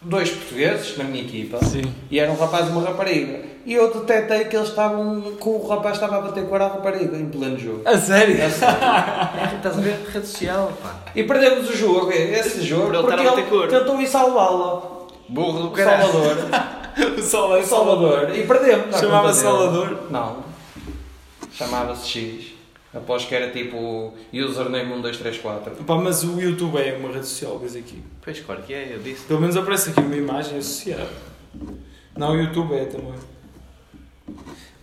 S3: dois portugueses na minha equipa.
S4: Sim.
S3: E era um rapaz e uma rapariga. E eu detetei que eles estavam. que o rapaz estava a bater com a rapariga em pleno jogo.
S4: A É sério?
S2: Estás a ver? Rede social, pá.
S3: E perdemos o jogo, é, esse jogo,
S2: Por ele
S3: porque
S2: estar a bater
S3: ele
S2: cor.
S3: tentou ir salvá-la.
S2: Burro do
S3: O
S2: caralho.
S3: Salvador.
S4: O Salvador.
S3: O Salvador. E perdemos. à
S4: Chamava-se
S3: conta dele.
S4: Salvador?
S3: Não. Chamava-se X. Após que era tipo username 1234.
S4: Pá, mas o YouTube é uma rede social, diz aqui.
S2: Pois claro que é, eu disse.
S4: Pelo menos aparece aqui uma imagem associada. Não, o YouTube é também.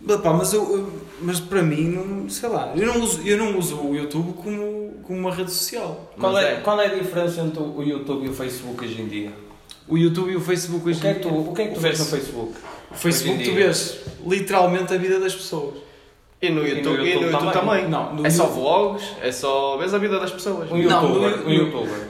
S4: Mas, pá, mas, eu- eu- mas para mim, não, sei lá, eu não uso, eu não uso o YouTube como, como uma rede social.
S3: Qual
S2: Mas
S3: é,
S2: é.
S3: qual é a diferença entre o YouTube e o Facebook hoje em dia?
S4: O YouTube e o Facebook
S3: O
S4: hoje
S3: que é que tu, o que é que tu
S4: O
S3: vês no Facebook?
S4: O Facebook
S3: hoje em
S4: tu
S3: dia?
S4: vês literalmente a vida das pessoas.
S2: E no
S3: E no
S2: YouTube, e no
S3: YouTube
S2: YouTube também.
S4: Não, no
S2: É só
S4: YouTube.
S2: vlogs, é só. vês a vida das pessoas.
S3: Um
S4: Não,
S3: youtuber.
S4: no-
S3: um youtuber.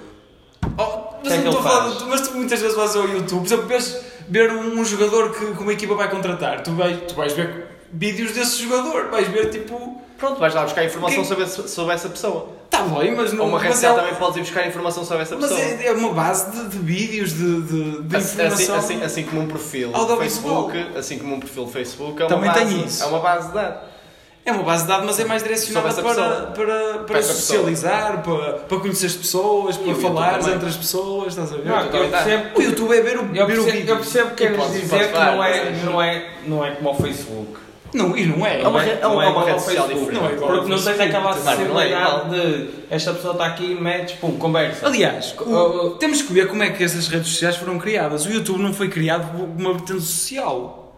S4: Oh,
S3: O
S4: mas
S3: que é
S4: eu não
S3: que ele
S4: estou a falar
S3: faz?
S4: de- mas tu muitas vezes vais ao YouTube, por exemplo, vês ver um jogador que, que uma equipa vai contratar, tu vais, tu vais ver vídeos desse jogador, vais ver tipo.
S2: Pronto, vais lá buscar informação
S4: Quem-
S2: sobre, sobre essa pessoa.
S4: Tá bem, mas não
S2: Ou uma rede
S4: mas
S2: social
S4: é-
S2: também podes ir buscar informação sobre essa
S4: Mas
S2: pessoa.
S4: é, é uma base de, de vídeos, de, de, de
S2: Assim- assim,
S4: informação.
S2: assim, assim como um perfil
S4: Audiovisual.
S2: Facebook, assim como um perfil Facebook, é uma
S4: Também tem
S2: base,
S4: isso.
S2: É uma base de dados.
S4: É uma base de dados, mas é mais direcionada
S2: Sobre
S4: para,
S2: essa
S4: para, para,
S2: Para essa
S4: socializar, para, para conhecer as pessoas, para
S2: o
S4: falar
S2: YouTube também.
S4: entre as pessoas, estás a ver?
S3: Não, eu
S2: também dá.
S3: percebo-
S4: o YouTube é ver o,
S3: Eu
S4: ver o
S3: percebo,
S4: vídeo.
S3: eu percebo que
S2: E
S3: queres
S2: podes-
S3: dizer
S2: podes
S3: que não
S2: falar,
S3: é,
S2: mas-
S3: não, é, não é como o Facebook.
S4: Não, e não é.
S2: É uma
S3: Não
S2: rede- é uma-
S3: não
S2: é uma
S3: como
S2: rede
S3: o
S2: social
S3: Facebook.
S2: diferente.
S4: Não é igual
S3: Porque não
S4: ao
S3: tens aquela
S2: Claro, não é igual.
S3: acessibilidade de esta pessoa está aqui, metes, pum, conversa.
S4: Aliás, o-
S3: Oh, oh.
S4: temos que ver como é que essas redes sociais foram criadas. O YouTube não foi criado por uma vertente social.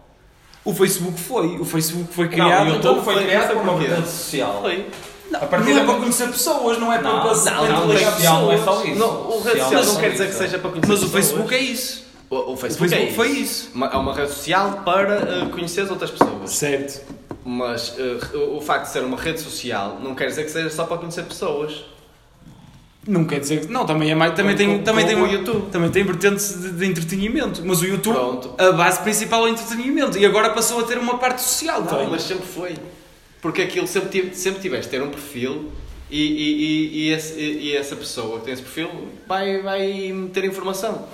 S4: O Facebook foi. O Facebook foi
S3: Não,
S4: criado. então,
S3: o YouTube foi
S2: foi
S3: criado
S2: criado
S3: por uma
S2: porquê?
S3: rede social.
S2: Foi.
S4: Não,
S3: A partir
S4: não é
S3: da-
S4: para conhecer pessoas, não é para
S3: Não,
S4: para-
S3: não,
S4: para
S3: não,
S4: ligar
S3: rede social não é
S4: pessoas.
S3: só isso.
S2: Não, o rede social não quer
S3: é só
S2: dizer que
S3: isso.
S2: seja para conhecer
S4: Mas o
S2: pessoas.
S4: Facebook é isso.
S2: O, o
S4: O
S2: Facebook,
S4: Facebook
S2: é
S4: foi
S2: isso.
S4: isso.
S2: Uma- É uma rede social para uh, conhecer outras pessoas.
S4: Certo.
S2: Mas eh, o- o facto de ser uma rede social não quer dizer que seja só para conhecer pessoas.
S4: Não quer dizer que. Não, também é mais. Também tem,
S2: Como-
S4: também tem, um-
S2: como o YouTube.
S4: também tem vertente de, de entretenimento. Mas o YouTube,
S2: Pronto.
S4: a base principal é o entretenimento. E agora passou a ter uma parte social
S2: Não,
S4: também.
S2: mas sempre foi. Porque aquilo sempre, tive- sempre tiveste de ter um perfil e, e- e- e esse- e- e essa pessoa que tem esse perfil vai, vai meter informação.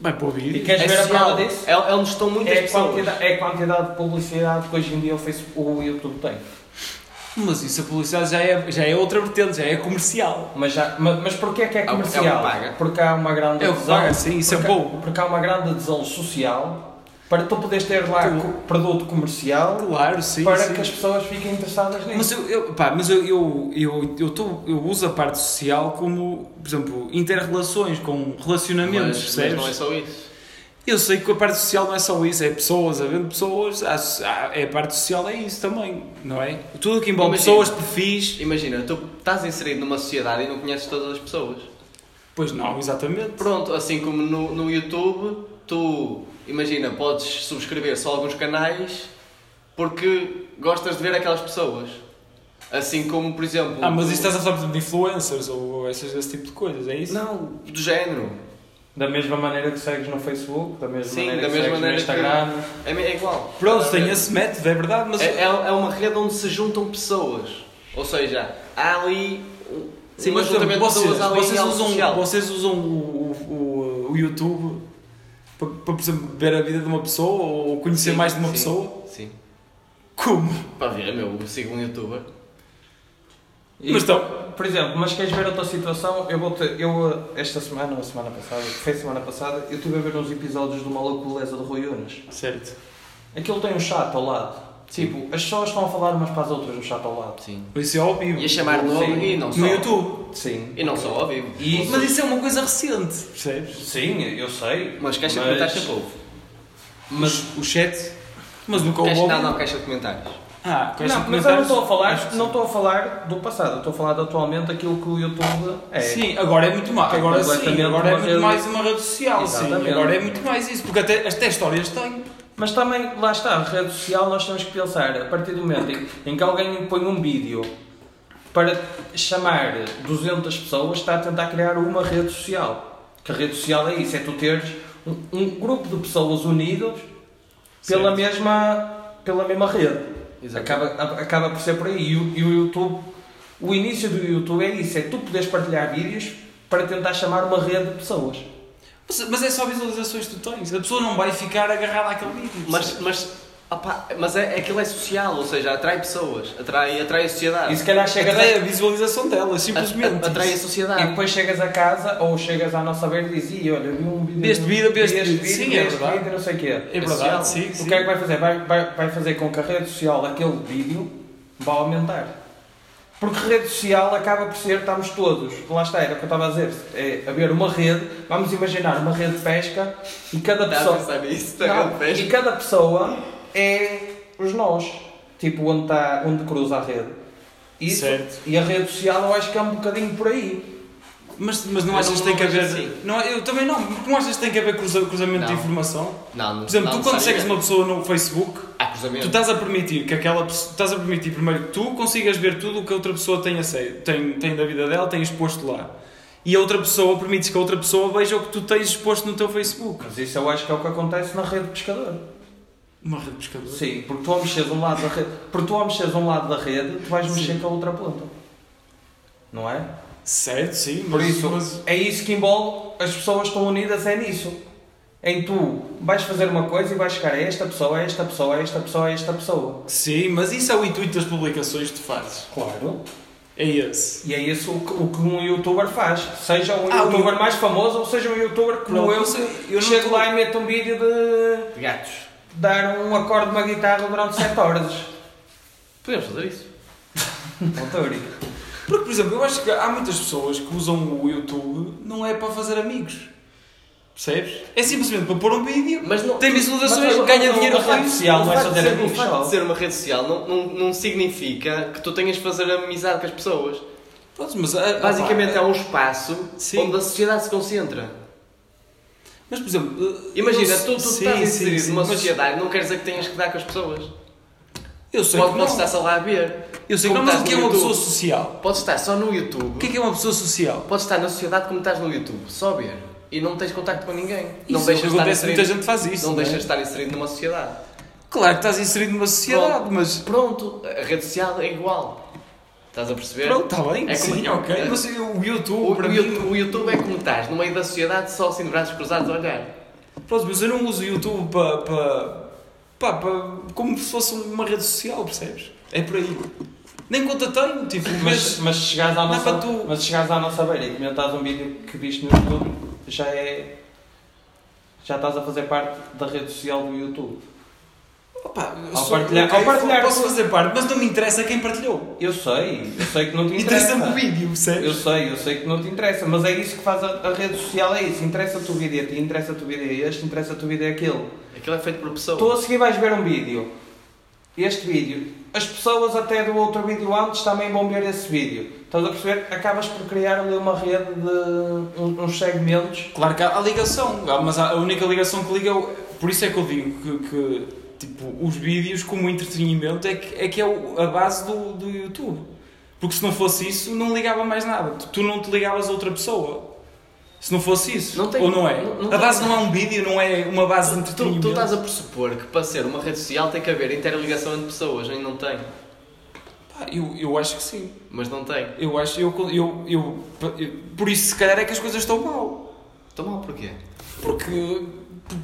S4: Vai para o
S3: E
S4: vídeo.
S3: queres ver a
S2: social.
S3: prova disso?
S2: É, é onde estão muitas
S3: É a,
S2: pessoas.
S3: quantidade, é a quantidade de publicidade que hoje em dia o, Facebook, o YouTube tem.
S4: Mas isso a publicidade já é, já é outra vertente, já é comercial.
S3: Mas, já, mas, mas porquê é que é
S2: É o- é o que
S3: comercial?
S2: paga.
S3: Porque há uma grande
S4: É o que
S3: adesão.
S4: paga, sim, isso é
S3: porque,
S4: bom.
S3: Porque há uma grande adesão social para tu poderes ter lá
S4: Tu-
S3: co- produto comercial
S4: Claro, sim.
S3: para
S4: sim.
S3: que as pessoas fiquem interessadas nisso.
S4: Mas eu, eu, pá, mas eu, eu, eu, eu, tô- eu uso a parte social como, por exemplo, interrelações, com relacionamentos,
S2: Mas, mas
S4: percebes?
S2: não é só isso.
S4: Eu sei que a parte social não é só isso, é pessoas, havendo pessoas, há, há- é a parte social é isso também, não é? Tudo que envolve
S2: Imagina.
S4: pessoas, perfis.
S2: Imagina, tu estás inserido numa sociedade e não conheces todas as pessoas.
S4: Pois não, exatamente.
S2: Pronto, assim como no, no YouTube, tu, imagina, podes subscrever só alguns canais porque gostas de ver aquelas pessoas. Assim como, por exemplo...
S4: Ah, mas
S2: tu-
S4: isto estás a falar por exemplo, de influencers ou essas, esse tipo de coisas, é isso?
S2: Não, do género.
S3: Da mesma maneira que segues no Facebook, da mesma
S2: Sim,
S3: maneira
S2: da
S3: que
S2: mesma
S3: segues
S2: maneira
S3: no Instagram.
S2: É, é igual.
S4: Pronto, tem
S2: É-
S4: esse método, é verdade, mas.
S2: É, é, é uma rede onde se juntam pessoas. Ou seja, há ali um
S4: Sim,
S2: um
S4: mas por exemplo,
S2: ajuntamento de
S4: vocês,
S2: pessoas, há ali
S4: vocês
S2: algo
S4: usam,
S2: social.
S4: vocês usam o, o- o, o YouTube para, para, por exemplo, ver a vida de uma pessoa ou conhecer
S2: Sim,
S4: mais de uma
S2: sim,
S4: pessoa?
S2: Sim.
S4: Como?
S2: Para ver, meu, eu sigo um youtuber.
S3: E,
S4: Mas então-
S3: Por exemplo, mas queres ver a tua situação? Eu vou te, eu eh, esta semana, ou a semana passada, foi semana passada, eu estive a ver uns episódios do Maluco Beleza de Rui Unas.
S4: Certo.
S3: Aquilo tem um chat ao lado. Tipo, as pessoas estão a falar umas para as outras no chat ao lado.
S2: Sim.
S4: Isso é ao vivo.
S2: E a chamar
S3: Sim.
S2: no e não só.
S4: No YouTube,
S3: Sim.
S2: E não só ao vivo.
S3: E isso-
S4: mas isso é uma coisa recente, percebes?
S3: Sim, eu sei.
S2: Mas caixa de
S3: mas-
S2: comentários sempre houve.
S3: Mas
S4: O chat, mas nunca o
S2: Caixa, não,
S4: ouvi.
S2: não, caixa de comentários.
S4: Ah, com esta
S3: Não, mas eu não
S4: comentários-
S3: estou a
S4: Acho
S3: falar,
S4: que
S3: não estou a falar do passado, eu estou a falar de atualmente aquilo que o YouTube é.
S4: Sim, agora é muito mais.
S3: É
S4: Agora sim,
S3: completamente
S4: agora é
S3: uma
S4: muito
S3: rede-
S4: mais uma rede social. Sim,
S3: Exatamente.
S4: agora é muito mais isso, porque até, até histórias têm.
S3: Mas também, lá está, a rede social nós temos que pensar, a partir do momento em, em que alguém põe um vídeo para chamar 200 pessoas, está a tentar criar uma rede social. Que a rede social é isso, é tu teres um, um grupo de pessoas unidos pela mesma, pela mesma rede.
S2: Exato.
S3: Acaba, a- acaba por ser por aí. E o, e o YouTube, o início do YouTube é isso, é tu poderes partilhar vídeos para tentar chamar uma rede de pessoas.
S4: Mas, mas é só visualizações que tu tens. A pessoa não vai ficar agarrada àquele vídeo.
S2: Mas, mas, opá, mas é, aquilo é social, ou seja, atrai pessoas, atrai, atrai a sociedade.
S3: E se calhar chegas a
S4: atrai a visualização dela, simplesmente.
S2: A- a- atrai a
S3: E
S2: sociedade.
S3: depois chegas a casa ou chegas à nossa beira e dizes, "Ih, olha, vi um vídeo.
S4: Deste vídeo,
S3: vi
S4: deste
S3: este
S4: vídeo." Sim, é
S3: deste
S4: verdade.
S3: vídeo, não sei o quê.
S4: É
S2: social.
S4: verdade, sim,
S3: O
S4: sim.
S3: que é que vai fazer? Vai, vai, vai fazer com que a rede social daquele vídeo vá aumentar. Porque rede social acaba por ser, estamos todos, lá está, era o que eu estava a dizer, é haver uma rede, vamos imaginar uma rede de pesca e cada
S2: Dá a
S3: pessoa.
S2: pensar nisso,
S3: Não,
S2: não,
S3: e cada pessoa é os nós, tipo onde, está, onde cruza a rede. Isso,
S4: Certo.
S3: E a rede social eu acho que é um bocadinho por aí.
S4: Mas, mas não
S2: Eu
S4: achas que tem
S2: não-
S4: que
S2: não
S4: haver.
S2: vejo assim.
S4: Não, eu também não. Não achas que tem que haver cruza- cruzamento de
S2: Não.
S4: informação?
S2: não, não,
S4: Por exemplo,
S2: não Ah,
S4: tu quando segues
S2: necessariamente.
S4: uma pessoa no Facebook,
S2: Há
S4: tu
S2: cruzamento.
S4: estás a permitir que aquela pessoa. Estás a permitir primeiro que tu consigas ver tudo o que a outra pessoa tem, aceito, tem, tem da vida dela, tem exposto lá. E a outra pessoa, permites que a outra pessoa veja o que tu tens exposto no teu Facebook.
S3: Mas isso eu acho que é o que acontece na rede de pescador.
S4: Uma rede de pescador.
S3: Sim, porque tu ao mexeres um lado da rede, porque tu ao mexeres um lado da rede, tu vais mexer com a outra ponta. Não é?
S4: Certo, sim.
S3: Por
S4: mas-
S3: isso,
S4: mas-
S3: é isso que envolve, as pessoas estão unidas é nisso. Em tu vais fazer uma coisa e vais chegar a esta pessoa, a esta pessoa, a esta pessoa, a esta pessoa.
S4: Sim, mas isso é o intuito das publicações que tu fazes.
S3: Claro.
S4: É esse.
S3: E é isso o que, o que um youtuber faz. Seja um
S4: Ah, o-
S3: youtuber mais famoso ou seja um youtuber como
S4: Não,
S3: eu,
S4: mas eu-
S3: que
S4: eu não
S3: chego
S4: tô-
S3: lá e meto um vídeo de
S2: De gatos.
S3: dar um acorde de uma guitarra durante 7 horas.
S2: Podemos fazer isso.
S3: Não estou a brincar.
S4: Porque, por exemplo, eu acho que há muitas pessoas que usam o YouTube não é para fazer amigos. Percebes? É simplesmente para pôr um vídeo.
S2: Mas não.
S4: Tem visualizações, ganha dinheiro com isso.
S3: social, não é
S2: facto de
S3: fazer
S2: ser- um
S3: amigos
S2: O facto de
S3: só.
S2: ser uma rede social não, não, não significa que tu tenhas de fazer amizade com as pessoas.
S4: Pois, mas, ah,
S2: Basicamente é
S4: ah,
S2: um espaço
S4: Sim.
S2: onde a sociedade se concentra.
S4: Mas, por exemplo. ah,
S2: Imagina,
S4: eu-
S2: tu, tu
S4: sim,
S2: estás
S4: sim,
S2: inserido
S4: sim,
S2: numa
S4: mas
S2: sociedade, não quer dizer que tenhas que dar com as pessoas.
S4: Eu sei
S2: Pode,
S4: que
S2: podes
S4: não.
S2: estar só lá a ver.
S4: Eu sei que
S2: como
S4: não, mas o
S2: estás
S4: que é
S2: no
S4: uma
S2: YouTube.
S4: pessoa social?
S2: Podes estar só no YouTube.
S4: O que é que é uma pessoa social?
S2: Podes estar na sociedade como estás no YouTube, só ver. E não tens contacto com ninguém. não
S4: Isso
S2: deixas de estar
S4: acontece,
S2: inserido.
S4: muita gente faz isso.
S2: não
S4: é?
S2: deixas de estar inserido numa sociedade.
S4: Claro que estás inserido numa sociedade, mas.
S2: Pronto, a rede social é igual. Estás a perceber?
S4: Pronto, está bem.
S2: É como-
S4: sim, ok.
S2: é-
S4: Mas o YouTube,
S2: O,
S4: para
S2: o
S4: mim.
S2: YouTube, o YouTube é como estás, no meio da sociedade, só assim de braços cruzados a olhar.
S4: Pronto, mas eu não uso o YouTube para. Pa, pa, pa, como se fosse uma rede social, percebes? É por aí. Nem conta tenho, tipo,
S3: Mas,
S4: mas.
S3: mas, se chegares à
S4: Dá
S3: nossa,
S4: para tu-
S3: mas se chegares à nossa beira e comentares um vídeo que viste no YouTube, já é. Já estás a fazer parte da rede social do YouTube.
S4: Opa, eu
S3: Ao
S4: sou-
S3: partilhar-
S4: ok,
S3: ao partilhar-
S4: posso fazer parte, mas não me interessa quem partilhou.
S3: Eu sei, eu sei que não te interessa.
S4: Interessa-me o vídeo,
S3: Eu
S4: percebes?
S3: sei, eu sei que não te interessa, mas é isso que faz a, a rede social, é isso. Interessa-te o vídeo a ti, interessa-te o vídeo a este, interessa-te o vídeo a aquele.
S2: Aquilo é feito por pessoas.
S3: Tu a seguir vais ver um vídeo. Este vídeo. As pessoas até do outro vídeo antes também vão ver esse vídeo. Estás a perceber? Acabas por criar ali uma rede de um- uns segmentos.
S4: Claro que há, há ligação, há- mas há- a única ligação que liga. é o- Por isso é que eu digo que. que, tipo, os vídeos como entretenimento é que é, que é o- a base do, do YouTube. Porque se não fosse isso, não ligava mais nada. Tu, tu não te ligavas a outra pessoa. Se não fosse isso.
S2: Não tem-
S4: Ou não é?
S2: não- não
S4: a
S2: tem-
S4: base não é um vídeo, não é uma base de
S2: Tu- tu,
S4: entretenimento.
S2: tu estás a pressupor que para ser uma rede social tem que haver interligação entre pessoas, e não tem.
S4: Pá, eu, eu acho que sim.
S2: Mas não tem.
S4: Eu acho. Eu, eu, eu, eu- por isso, se calhar, é que as coisas estão mal.
S2: Estou mal porquê?
S4: Porque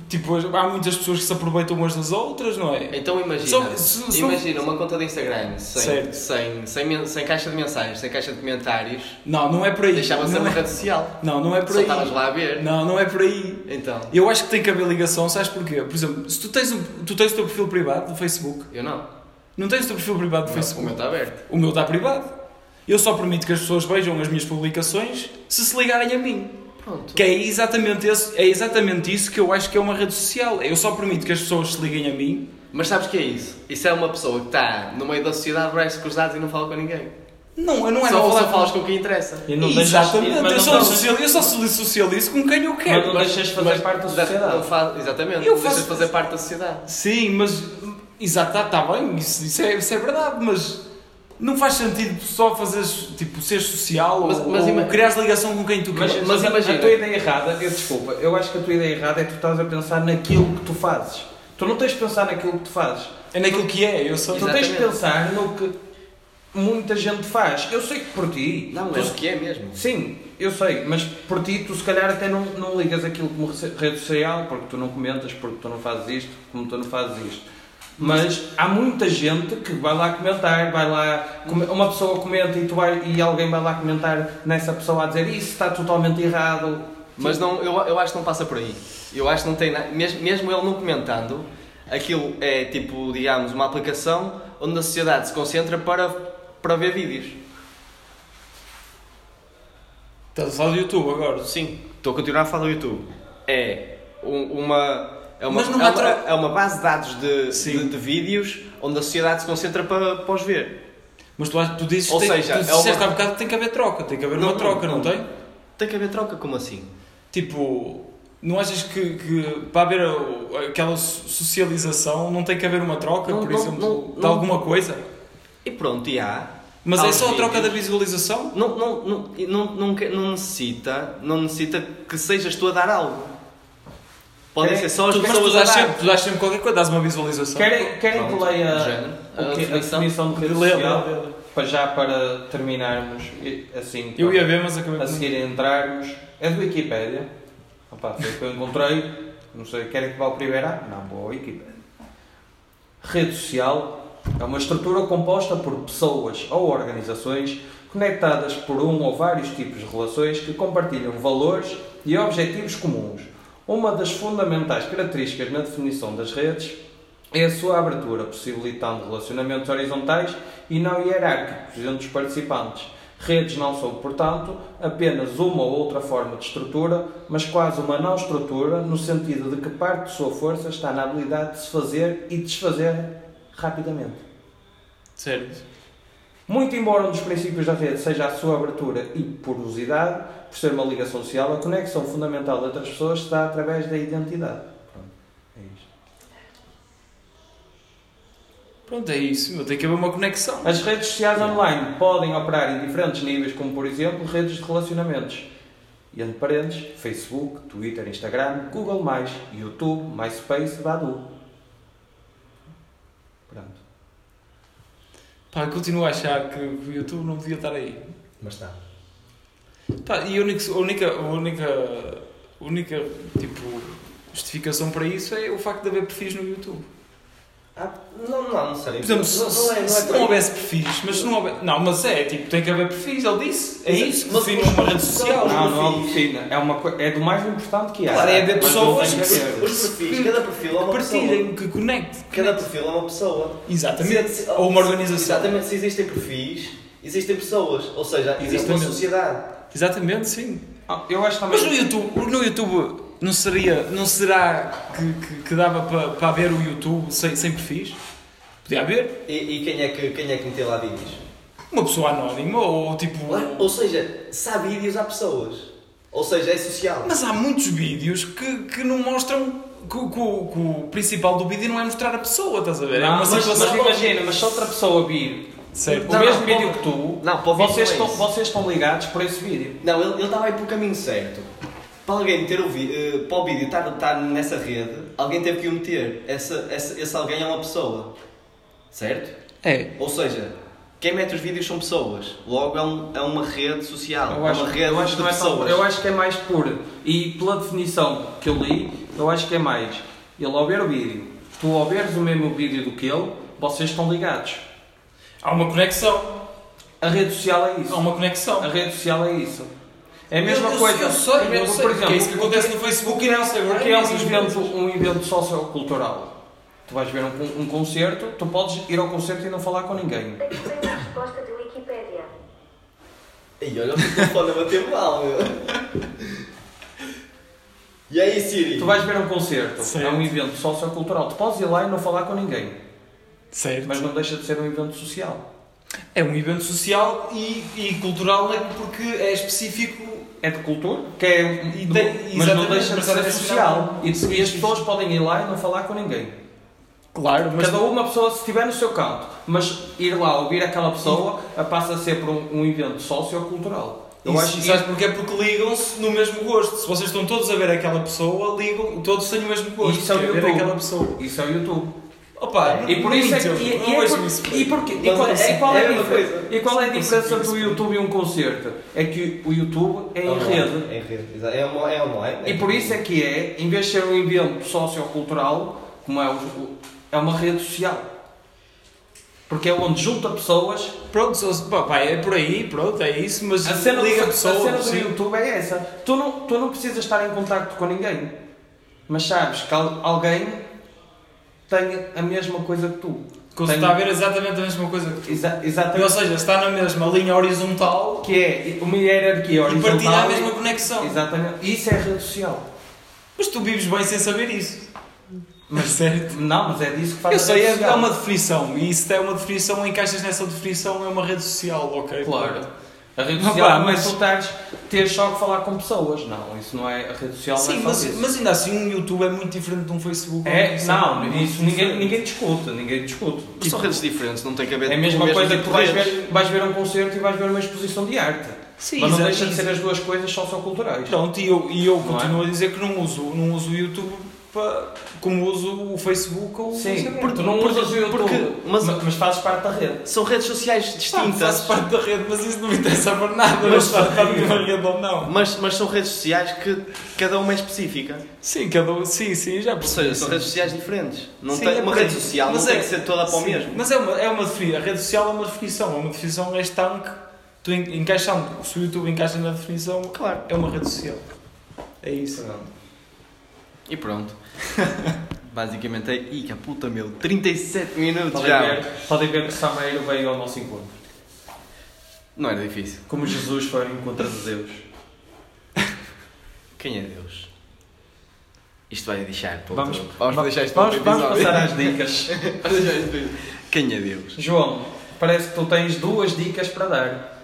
S4: Tipo, há muitas pessoas que se aproveitam umas das outras, não é?
S2: Então imagina,
S4: Só- se- se-
S2: imagina uma conta de Instagram sem,
S4: Certo.
S2: sem, sem, men- sem caixa de mensagens, sem caixa de comentários,
S4: Não, não é por aí.
S2: deixava-se
S4: não,
S2: uma
S4: é...
S2: rede social.
S4: não, não é por
S2: Só
S4: aí.
S2: estavas lá a ver.
S4: Não, não é por aí.
S2: Então,
S4: Eu acho que tem que haver ligação, sabes porquê? Por exemplo, se tu tens, um- tu tens o teu perfil privado do Facebook,
S2: eu não.
S4: não tens o teu perfil privado do
S2: O
S4: Facebook.
S2: meu está aberto.
S4: O meu está privado. Eu só permito que as pessoas vejam as minhas publicações se se ligarem a mim.
S2: Pronto.
S4: Que é exatamente, esse, é exatamente isso que eu acho que é uma rede social. Eu só permito que as pessoas se liguem a mim.
S2: Mas sabes o que é isso? Isso é uma pessoa que está no meio da sociedade, braços cruzados e não fala com ninguém.
S4: Não, eu não é
S2: só,
S4: falar
S2: só falas com quem interessa.
S3: E não deixas-
S4: Exatamente,
S3: mas
S4: eu,
S3: não
S4: sou
S3: falas-
S4: social, eu só sou socialista com quem eu
S3: Mas
S4: quero.
S3: não deixas de fazer parte da sociedade.
S2: Não fa- exatamente,
S4: Eu
S2: não deixas
S4: faço-
S2: de fazer parte da sociedade.
S4: Sim, mas. Exato, está bem, isso, isso é, isso é verdade, mas. Não faz sentido só fazer, tipo, ser social
S2: Mas-
S4: ou,
S2: mas
S4: ou
S2: ima-
S4: criares ligação com quem tu
S3: Mas,
S4: queres.
S2: Mas
S3: mas a-
S2: imagina.
S3: a tua ideia errada, eu, desculpa, eu acho que a tua ideia errada é tu estás a pensar naquilo que tu fazes. Tu não tens de pensar naquilo que tu fazes.
S4: É naquilo que é, eu sou.
S3: Tu tens de
S2: Exatamente.
S3: pensar no que muita gente faz. Eu sei que por ti.
S2: Não,
S3: tu
S2: é
S3: se-
S2: o que é mesmo.
S3: Sim, eu sei, mas por ti tu se calhar até não, não ligas aquilo como rece- rede social, porque tu não comentas, porque tu não fazes isto, como tu não fazes isto. Mas há muita gente que vai lá comentar, vai lá, come- uma pessoa comenta e, tu vai, e alguém vai lá comentar nessa pessoa a dizer isso está totalmente errado.
S2: Mas não, eu, eu acho que não passa por aí. Eu acho que não tem nada. Mesmo, mesmo ele não comentando, aquilo é tipo, digamos, uma aplicação onde a sociedade se concentra para, para ver vídeos.
S4: Estás a falar do YouTube agora.
S2: Sim, estou a continuar a falar do YouTube. É um- uma. É uma,
S4: Mas não
S2: é,
S4: há
S2: uma,
S4: tra-
S2: é uma base de dados de,
S4: Sim.
S2: de, de vídeos onde a sociedade se concentra para, para os ver.
S4: Mas tu, ach- tu dizes
S2: Ou
S4: tem-
S2: seja,
S4: tu
S2: é uma-
S4: disseste há bocado que tem que haver troca, tem que haver
S2: Não,
S4: uma troca, não,
S2: não.
S4: tem?
S2: Tem que haver troca, como assim?
S4: Tipo, não achas que, que para haver a- aquela so- socialização não tem que haver uma troca,
S2: Não,
S4: por
S2: não,
S4: exemplo,
S2: não,
S4: de
S2: não.
S4: alguma coisa?
S2: E pronto, e há.
S4: Mas
S2: há
S4: é
S2: os
S4: só a troca da
S2: vídeos.
S4: visualização?
S2: Não, não, não, e não, não, que- não necessita, não necessita que sejas tu a dar algo. Podem
S3: É,
S2: ser só as
S4: Tu- mas tu
S2: pessoas a
S4: dás,
S2: dar.
S4: sempre, tu dás sempre qualquer coisa, dás uma visualização.
S3: Querem, querem que
S2: Pronto,
S3: leia
S2: do género.
S3: o
S2: A
S3: que- a
S2: definição?
S3: definição de rede
S4: Lê, lê,
S3: social?
S4: lê, lê.
S3: Para já para terminarmos e- assim.
S4: Eu
S3: para-
S4: ia ver, mas acabei
S3: a
S2: Tá
S4: por
S3: seguir a entrarmos. É do Wikipédia. Opa, foi o que eu encontrei. Não sei, querem que vá ao primeiro? Ah, Não, vou ao Wikipédia. Rede social é uma estrutura composta por pessoas ou organizações conectadas por um ou vários tipos de relações que compartilham valores e objetivos comuns. Uma das fundamentais características na definição das redes é a sua abertura, possibilitando relacionamentos horizontais e não hierárquicos entre os participantes. Redes não são, portanto, apenas uma ou outra forma de estrutura, mas quase uma não estrutura, no sentido de que parte de sua força está na habilidade de se fazer e desfazer rapidamente.
S4: Certo.
S3: Muito embora um dos princípios da rede seja a sua abertura e porosidade, por ser uma ligação social, a conexão fundamental entre as pessoas se dá através da identidade. Pronto, é isto.
S4: Pronto, é isso, meu, tem que haver uma conexão.
S3: As redes sociais online podem operar em diferentes níveis, como por exemplo redes de relacionamentos. E entre parênteses, Facebook, Twitter, Instagram, Google, YouTube, MySpace, Badu. Pronto.
S4: Pá, continuo a achar que o YouTube não devia estar aí.
S2: Mas está.
S4: Pá, e a única, a única, a única, a única tipo, justificação para isso é o facto de haver perfis no YouTube.
S2: Ah, não, não, não sei.
S4: Por exemplo, se
S2: não,
S4: não,
S2: não
S4: se
S2: é, não é
S4: não
S2: por aí.
S4: houvesse perfis, mas se não houvesse. Não, mas é, tipo, tem que haver perfis, ele disse. É
S2: Mas-
S4: isso,
S2: mas-
S4: perfis numa rede social.
S2: Não,
S3: Não,
S2: não há
S3: não é uma é do mais importante que há.
S2: Claro, é
S4: haver pessoas que-
S2: Os perfis, cada perfil é uma pessoa.
S4: Partilhem, que conecte.
S2: Cada perfil é uma pessoa.
S4: Exatamente.
S2: Se- se-
S4: Ou uma organização.
S2: Exatamente, se existem perfis, existem pessoas. Ou seja, existe uma
S4: Exatamente.
S2: sociedade.
S4: Exatamente, sim.
S3: Ah, Eu acho também.
S4: Mas no YouTube, no YouTube não, seria, não será que, que, que dava para para haver o YouTube sem, sem perfis? Podia haver?
S2: E, e quem, é que, quem é que meteu lá vídeos?
S4: Uma pessoa anónima ou tipo.
S2: Claro, Ou seja, se há vídeos, há pessoas. Ou seja, é social.
S4: Mas há muitos vídeos que, que não mostram. Que, o- que o- que o principal do vídeo não é mostrar a pessoa, estás a ver? é
S3: Não,
S4: uma
S3: mas,
S4: situação-
S3: mas imagina, mas se outra pessoa vir
S4: Certo.
S3: o
S2: Não,
S3: mesmo
S2: não,
S3: vídeo
S2: pô-
S3: que tu,
S2: não, pô,
S3: vocês,
S2: vídeo é
S3: estão,
S2: isso.
S3: vocês estão ligados por esse vídeo.
S2: Não, ele ele estava aí para o caminho certo. Para alguém ter o vídeo, para o vídeo estar, estar nessa rede, alguém teve que o meter. Essa, essa- esse alguém é uma pessoa. Certo?
S4: É.
S2: Ou seja, quem mete os vídeos são pessoas. Logo é, um- é uma rede social.
S5: Ah,
S3: Eu
S2: é
S3: acho,
S2: uma rede
S3: eu acho que
S2: de
S3: não é só-
S2: pessoas.
S3: eu acho que é mais por. E pela definição que eu li, Eu acho que é mais. Ele ao ver o vídeo, tu ao veres o mesmo vídeo do que ele, vocês estão ligados.
S5: Há uma conexão.
S3: A rede social é
S5: Há
S3: isso.
S5: uma
S3: A
S5: conexão.
S3: rede social é isso. É a mesma
S5: Eu- eu-
S3: coisa.
S5: Eu sei,
S3: É
S5: eu
S3: mesmo-
S5: sei.
S3: por
S5: que é isso que
S3: exemplo, o
S5: acontece no Facebook e no Instagram.
S3: Porque é um
S5: Essas
S3: evento,
S5: coisas.
S3: um evento sociocultural. Tu vais ver um, um concerto, tu podes ir ao concerto e não falar com ninguém.
S6: Aqui tem a resposta de Wikipédia.
S2: E olha o telefone a bater mal, meu. E aí, Siri?
S3: Tu vais ver um concerto, é
S4: Certo.
S3: um evento sociocultural. Tu podes ir lá e não falar com ninguém,
S4: Certo.
S3: mas não deixa de ser um evento social.
S4: É um evento social e, e cultural né, porque é específico.
S3: É de cultura, que é,
S4: E
S3: do-
S4: tem-
S3: mas não
S4: exatamente,
S3: deixa de
S4: mas
S3: ser
S4: é
S3: social. E,
S4: social.
S3: e as pessoas podem ir lá e não falar com ninguém.
S4: Claro,
S3: Cada uma pessoa, se estiver no seu canto, mas ir lá ouvir aquela pessoa, passa a ser por um, um evento sociocultural. Eu
S4: Isso,
S3: acho que é
S4: sabes porquê? Porque ligam-se no mesmo gosto. Se vocês estão todos a ver aquela pessoa, ligam, todos têm o mesmo gosto.
S3: Isso é o
S4: que ver
S3: YouTube.
S4: aquela pessoa.
S3: isso é o YouTube.
S4: Opa,
S3: E por isso é que. E,
S4: não
S3: e, é
S4: vejo
S3: por-
S4: isso.
S3: e porquê? E
S2: Mas
S3: qual,
S2: assim,
S3: e qual
S2: é
S3: é,
S2: a
S3: a
S2: mesma
S3: diferença-
S2: coisa.
S3: e qual é a diferença entre o
S4: Sim,
S3: YouTube e um concerto? É que o YouTube é em rede.
S2: É em rede, exato. É online. É online.
S3: E por isso é que é, em vez de ser um evento sociocultural, como é, o- o- é uma rede social. Porque é onde junta pessoas.
S4: Pronto, só- pá, pá, é por aí, pronto, é isso, mas
S3: A cena, do,
S4: liga
S3: a
S4: pessoa.
S3: cena do
S4: sim.
S3: YouTube é essa. Tu não, tu não precisas estar em contacto com ninguém. Mas sabes que al- alguém tem a mesma coisa que tu.
S5: Quando
S3: Tem-
S5: está a ver exatamente a mesma coisa que
S3: Exa-
S5: tu. Ou
S3: exatamente.
S5: seja, está na mesma linha horizontal
S3: Que é uma hierarquia
S5: e
S3: horizontal.
S5: partilha a mesma conexão.
S3: Exatamente. Isso é rede social.
S5: Mas tu vives bem sem saber isso.
S4: Mas certo.
S3: Não, mas é disso que faz
S4: Eu
S3: a
S4: sei,
S3: rede
S4: é,
S3: social.
S4: é uma definição. E se é uma definição, encaixas nessa definição, é uma rede social, ok?
S3: Claro. A rede
S4: Opa,
S3: social não é
S4: mas-
S3: tu estares- ter só que falar com pessoas. Não, isso não é. A rede social
S4: Sim,
S3: não é
S4: mas,
S3: só isso.
S4: mas ainda assim um YouTube é muito diferente de um Facebook. ou um
S3: É,
S4: Instagram,
S3: não,
S4: muito
S3: isso ninguém,
S4: diferente.
S3: ninguém discute, ninguém discute.
S2: São redes diferentes, não tem que haver
S3: É a mesma
S2: mesmo
S3: coisa
S2: tipo
S3: que vais
S2: de redes.
S3: ver, vais ver um concerto e vais ver uma exposição de arte.
S4: Sim,
S3: mas
S4: exato,
S3: não
S4: Então,
S3: deixa de ser
S4: exato.
S3: as duas coisas socioculturais.
S4: Pronto, e eu, e eu
S3: Não é?
S4: continuo a dizer que não uso, não uso o YouTube pa- como uso o Facebook ou o
S3: Sim,
S4: Instagram.
S3: porque tu não usas o YouTube,
S2: porque-
S3: mas,
S2: mas-
S3: mas fazes parte da rede.
S2: São redes sociais
S4: Pá,
S3: então-
S2: distintas.
S4: faço parte da rede, mas isso não me interessa para nada.
S2: Mas-
S4: Mas faço parte de uma rede ou não.
S2: Mas, mas são redes sociais que cada uma é específica.
S4: Sim, cada um- sim, sim, já
S2: Ou
S4: percebi.
S2: seja, são
S4: sim.
S2: redes sociais diferentes. Não
S4: Sim,
S2: tem,
S4: é
S2: uma
S4: por aí.
S2: rede social
S4: Mas
S2: não tem
S4: é-
S2: que ser toda para o
S4: Sim,
S2: mesmo.
S4: Mas é uma, é uma definição. A rede social é uma definição. É uma definição hashtag tu en- encaixando. Se o YouTube encaixa na definição,
S2: Claro.
S4: é uma rede social. É isso.
S2: E pronto. Basicamente é. Ih, que puta, meu. 37 minutos
S3: Podem
S2: já.
S3: ver, podem ver que Sameiro veio ao nosso encontro.
S2: Não era difícil.
S3: Como Jesus foi ao encontro de Deus.
S2: Quem é Deus? Isto vai deixar para
S3: Vamos-
S2: outro- vamos deixar isto para
S3: vamos,
S2: outro
S3: vamos
S2: episódio.
S3: passar às dicas.
S2: Vamos deixar isto para- Quem é Deus?
S3: João, parece que tu tens duas dicas para dar.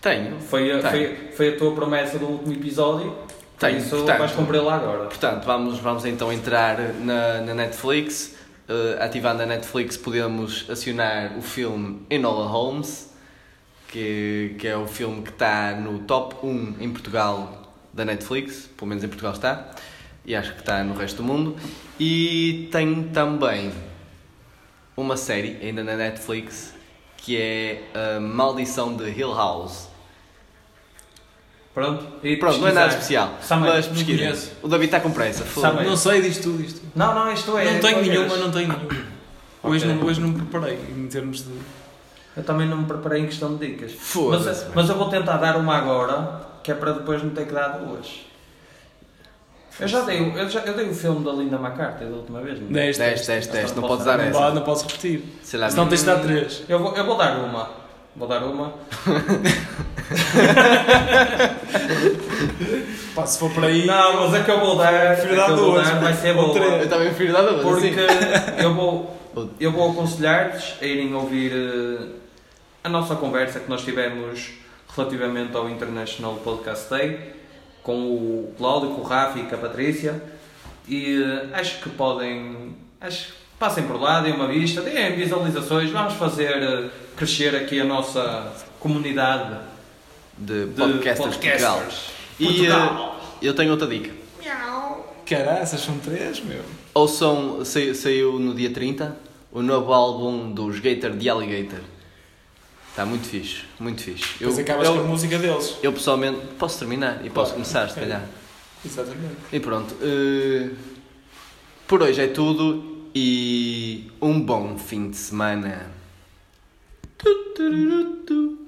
S2: Tenho.
S3: Foi
S2: Tenho.
S3: a, foi, foi a tua promessa do último episódio, por
S2: Tenho,
S3: isso
S2: portanto.
S3: vais cumpri-la agora.
S2: Portanto, vamos, vamos então entrar na, na Netflix. Eh, ativando a Netflix, podemos acionar o filme Enola Holmes, que, que é o filme que está no top 1 em Portugal da Netflix. Pelo menos em Portugal está. E acho que está no resto do mundo. E tem também uma série, ainda na Netflix, que é A Maldição de Hill House.
S3: Pronto? E
S2: Pronto, não é nada
S3: pesquisar.
S2: especial.
S3: Samuel,
S2: mas
S3: não
S2: pesquisa.
S3: conheço.
S2: O David está com pressa. foda-se.
S3: Samuel.
S4: Não sei, diz tu, diz tu.
S3: Não, não, isto é.
S4: não tenho
S3: qualquer.
S4: nenhuma, não tenho nenhuma. Hoje,
S3: Ok.
S4: não, hoje não me preparei em termos de.
S3: Eu também não me preparei em questão de dicas.
S2: Foda-se,
S3: Mas,
S2: mano.
S3: mas eu vou tentar dar uma agora, que é para depois não ter que dar duas. Eu já dei, o- eu já, eu dei o filme da Linda McCarthy da última vez, não é? dei?
S4: 10,
S2: Teste, teste, teste, não podes dar
S4: Não, dá,
S2: essa.
S4: não posso repetir.
S2: Sei lá,
S4: Senão tens
S3: um-
S4: de dar 3.
S3: Eu vou, eu vou dar uma. Vou dar uma.
S4: Pá, se for para aí.
S3: Não, mas a que eu vou dar, a que
S4: Filho da
S3: eu vou
S4: duas,
S3: dar vai
S4: mano.
S3: ser
S4: Ou
S3: boa.
S4: três.
S2: Eu também prefiro nada, mas
S3: Porque
S2: assim.
S3: eu vou, eu vou aconselhar-vos a irem ouvir eh, a nossa conversa que nós tivemos relativamente ao International Podcast Day com o Cláudio, com o Rafa e com a Patrícia. E eh, acho que podem. Acho, que passem por lá, deem uma vista, deem visualizações. Vamos fazer eh, crescer aqui a nossa comunidade
S2: De
S3: de
S2: podcasters,
S3: podcasters.
S2: Portugal. E
S3: Portugal.
S2: eh, eu tenho outra dica.
S4: Caralho, essas são 3, meu.
S2: Ouçam, saiu, saiu no dia 30 o novo álbum dos Gator de Alligator. Está muito fixe, muito fixe. Eu,
S4: Depois acabas com a
S2: eu,
S4: música deles.
S2: eu pessoalmente posso terminar e posso começar, se calhar.
S4: Exatamente.
S2: E pronto. eh, Por hoje é tudo e um bom fim de semana. Tu, tu, tu, tu, tu.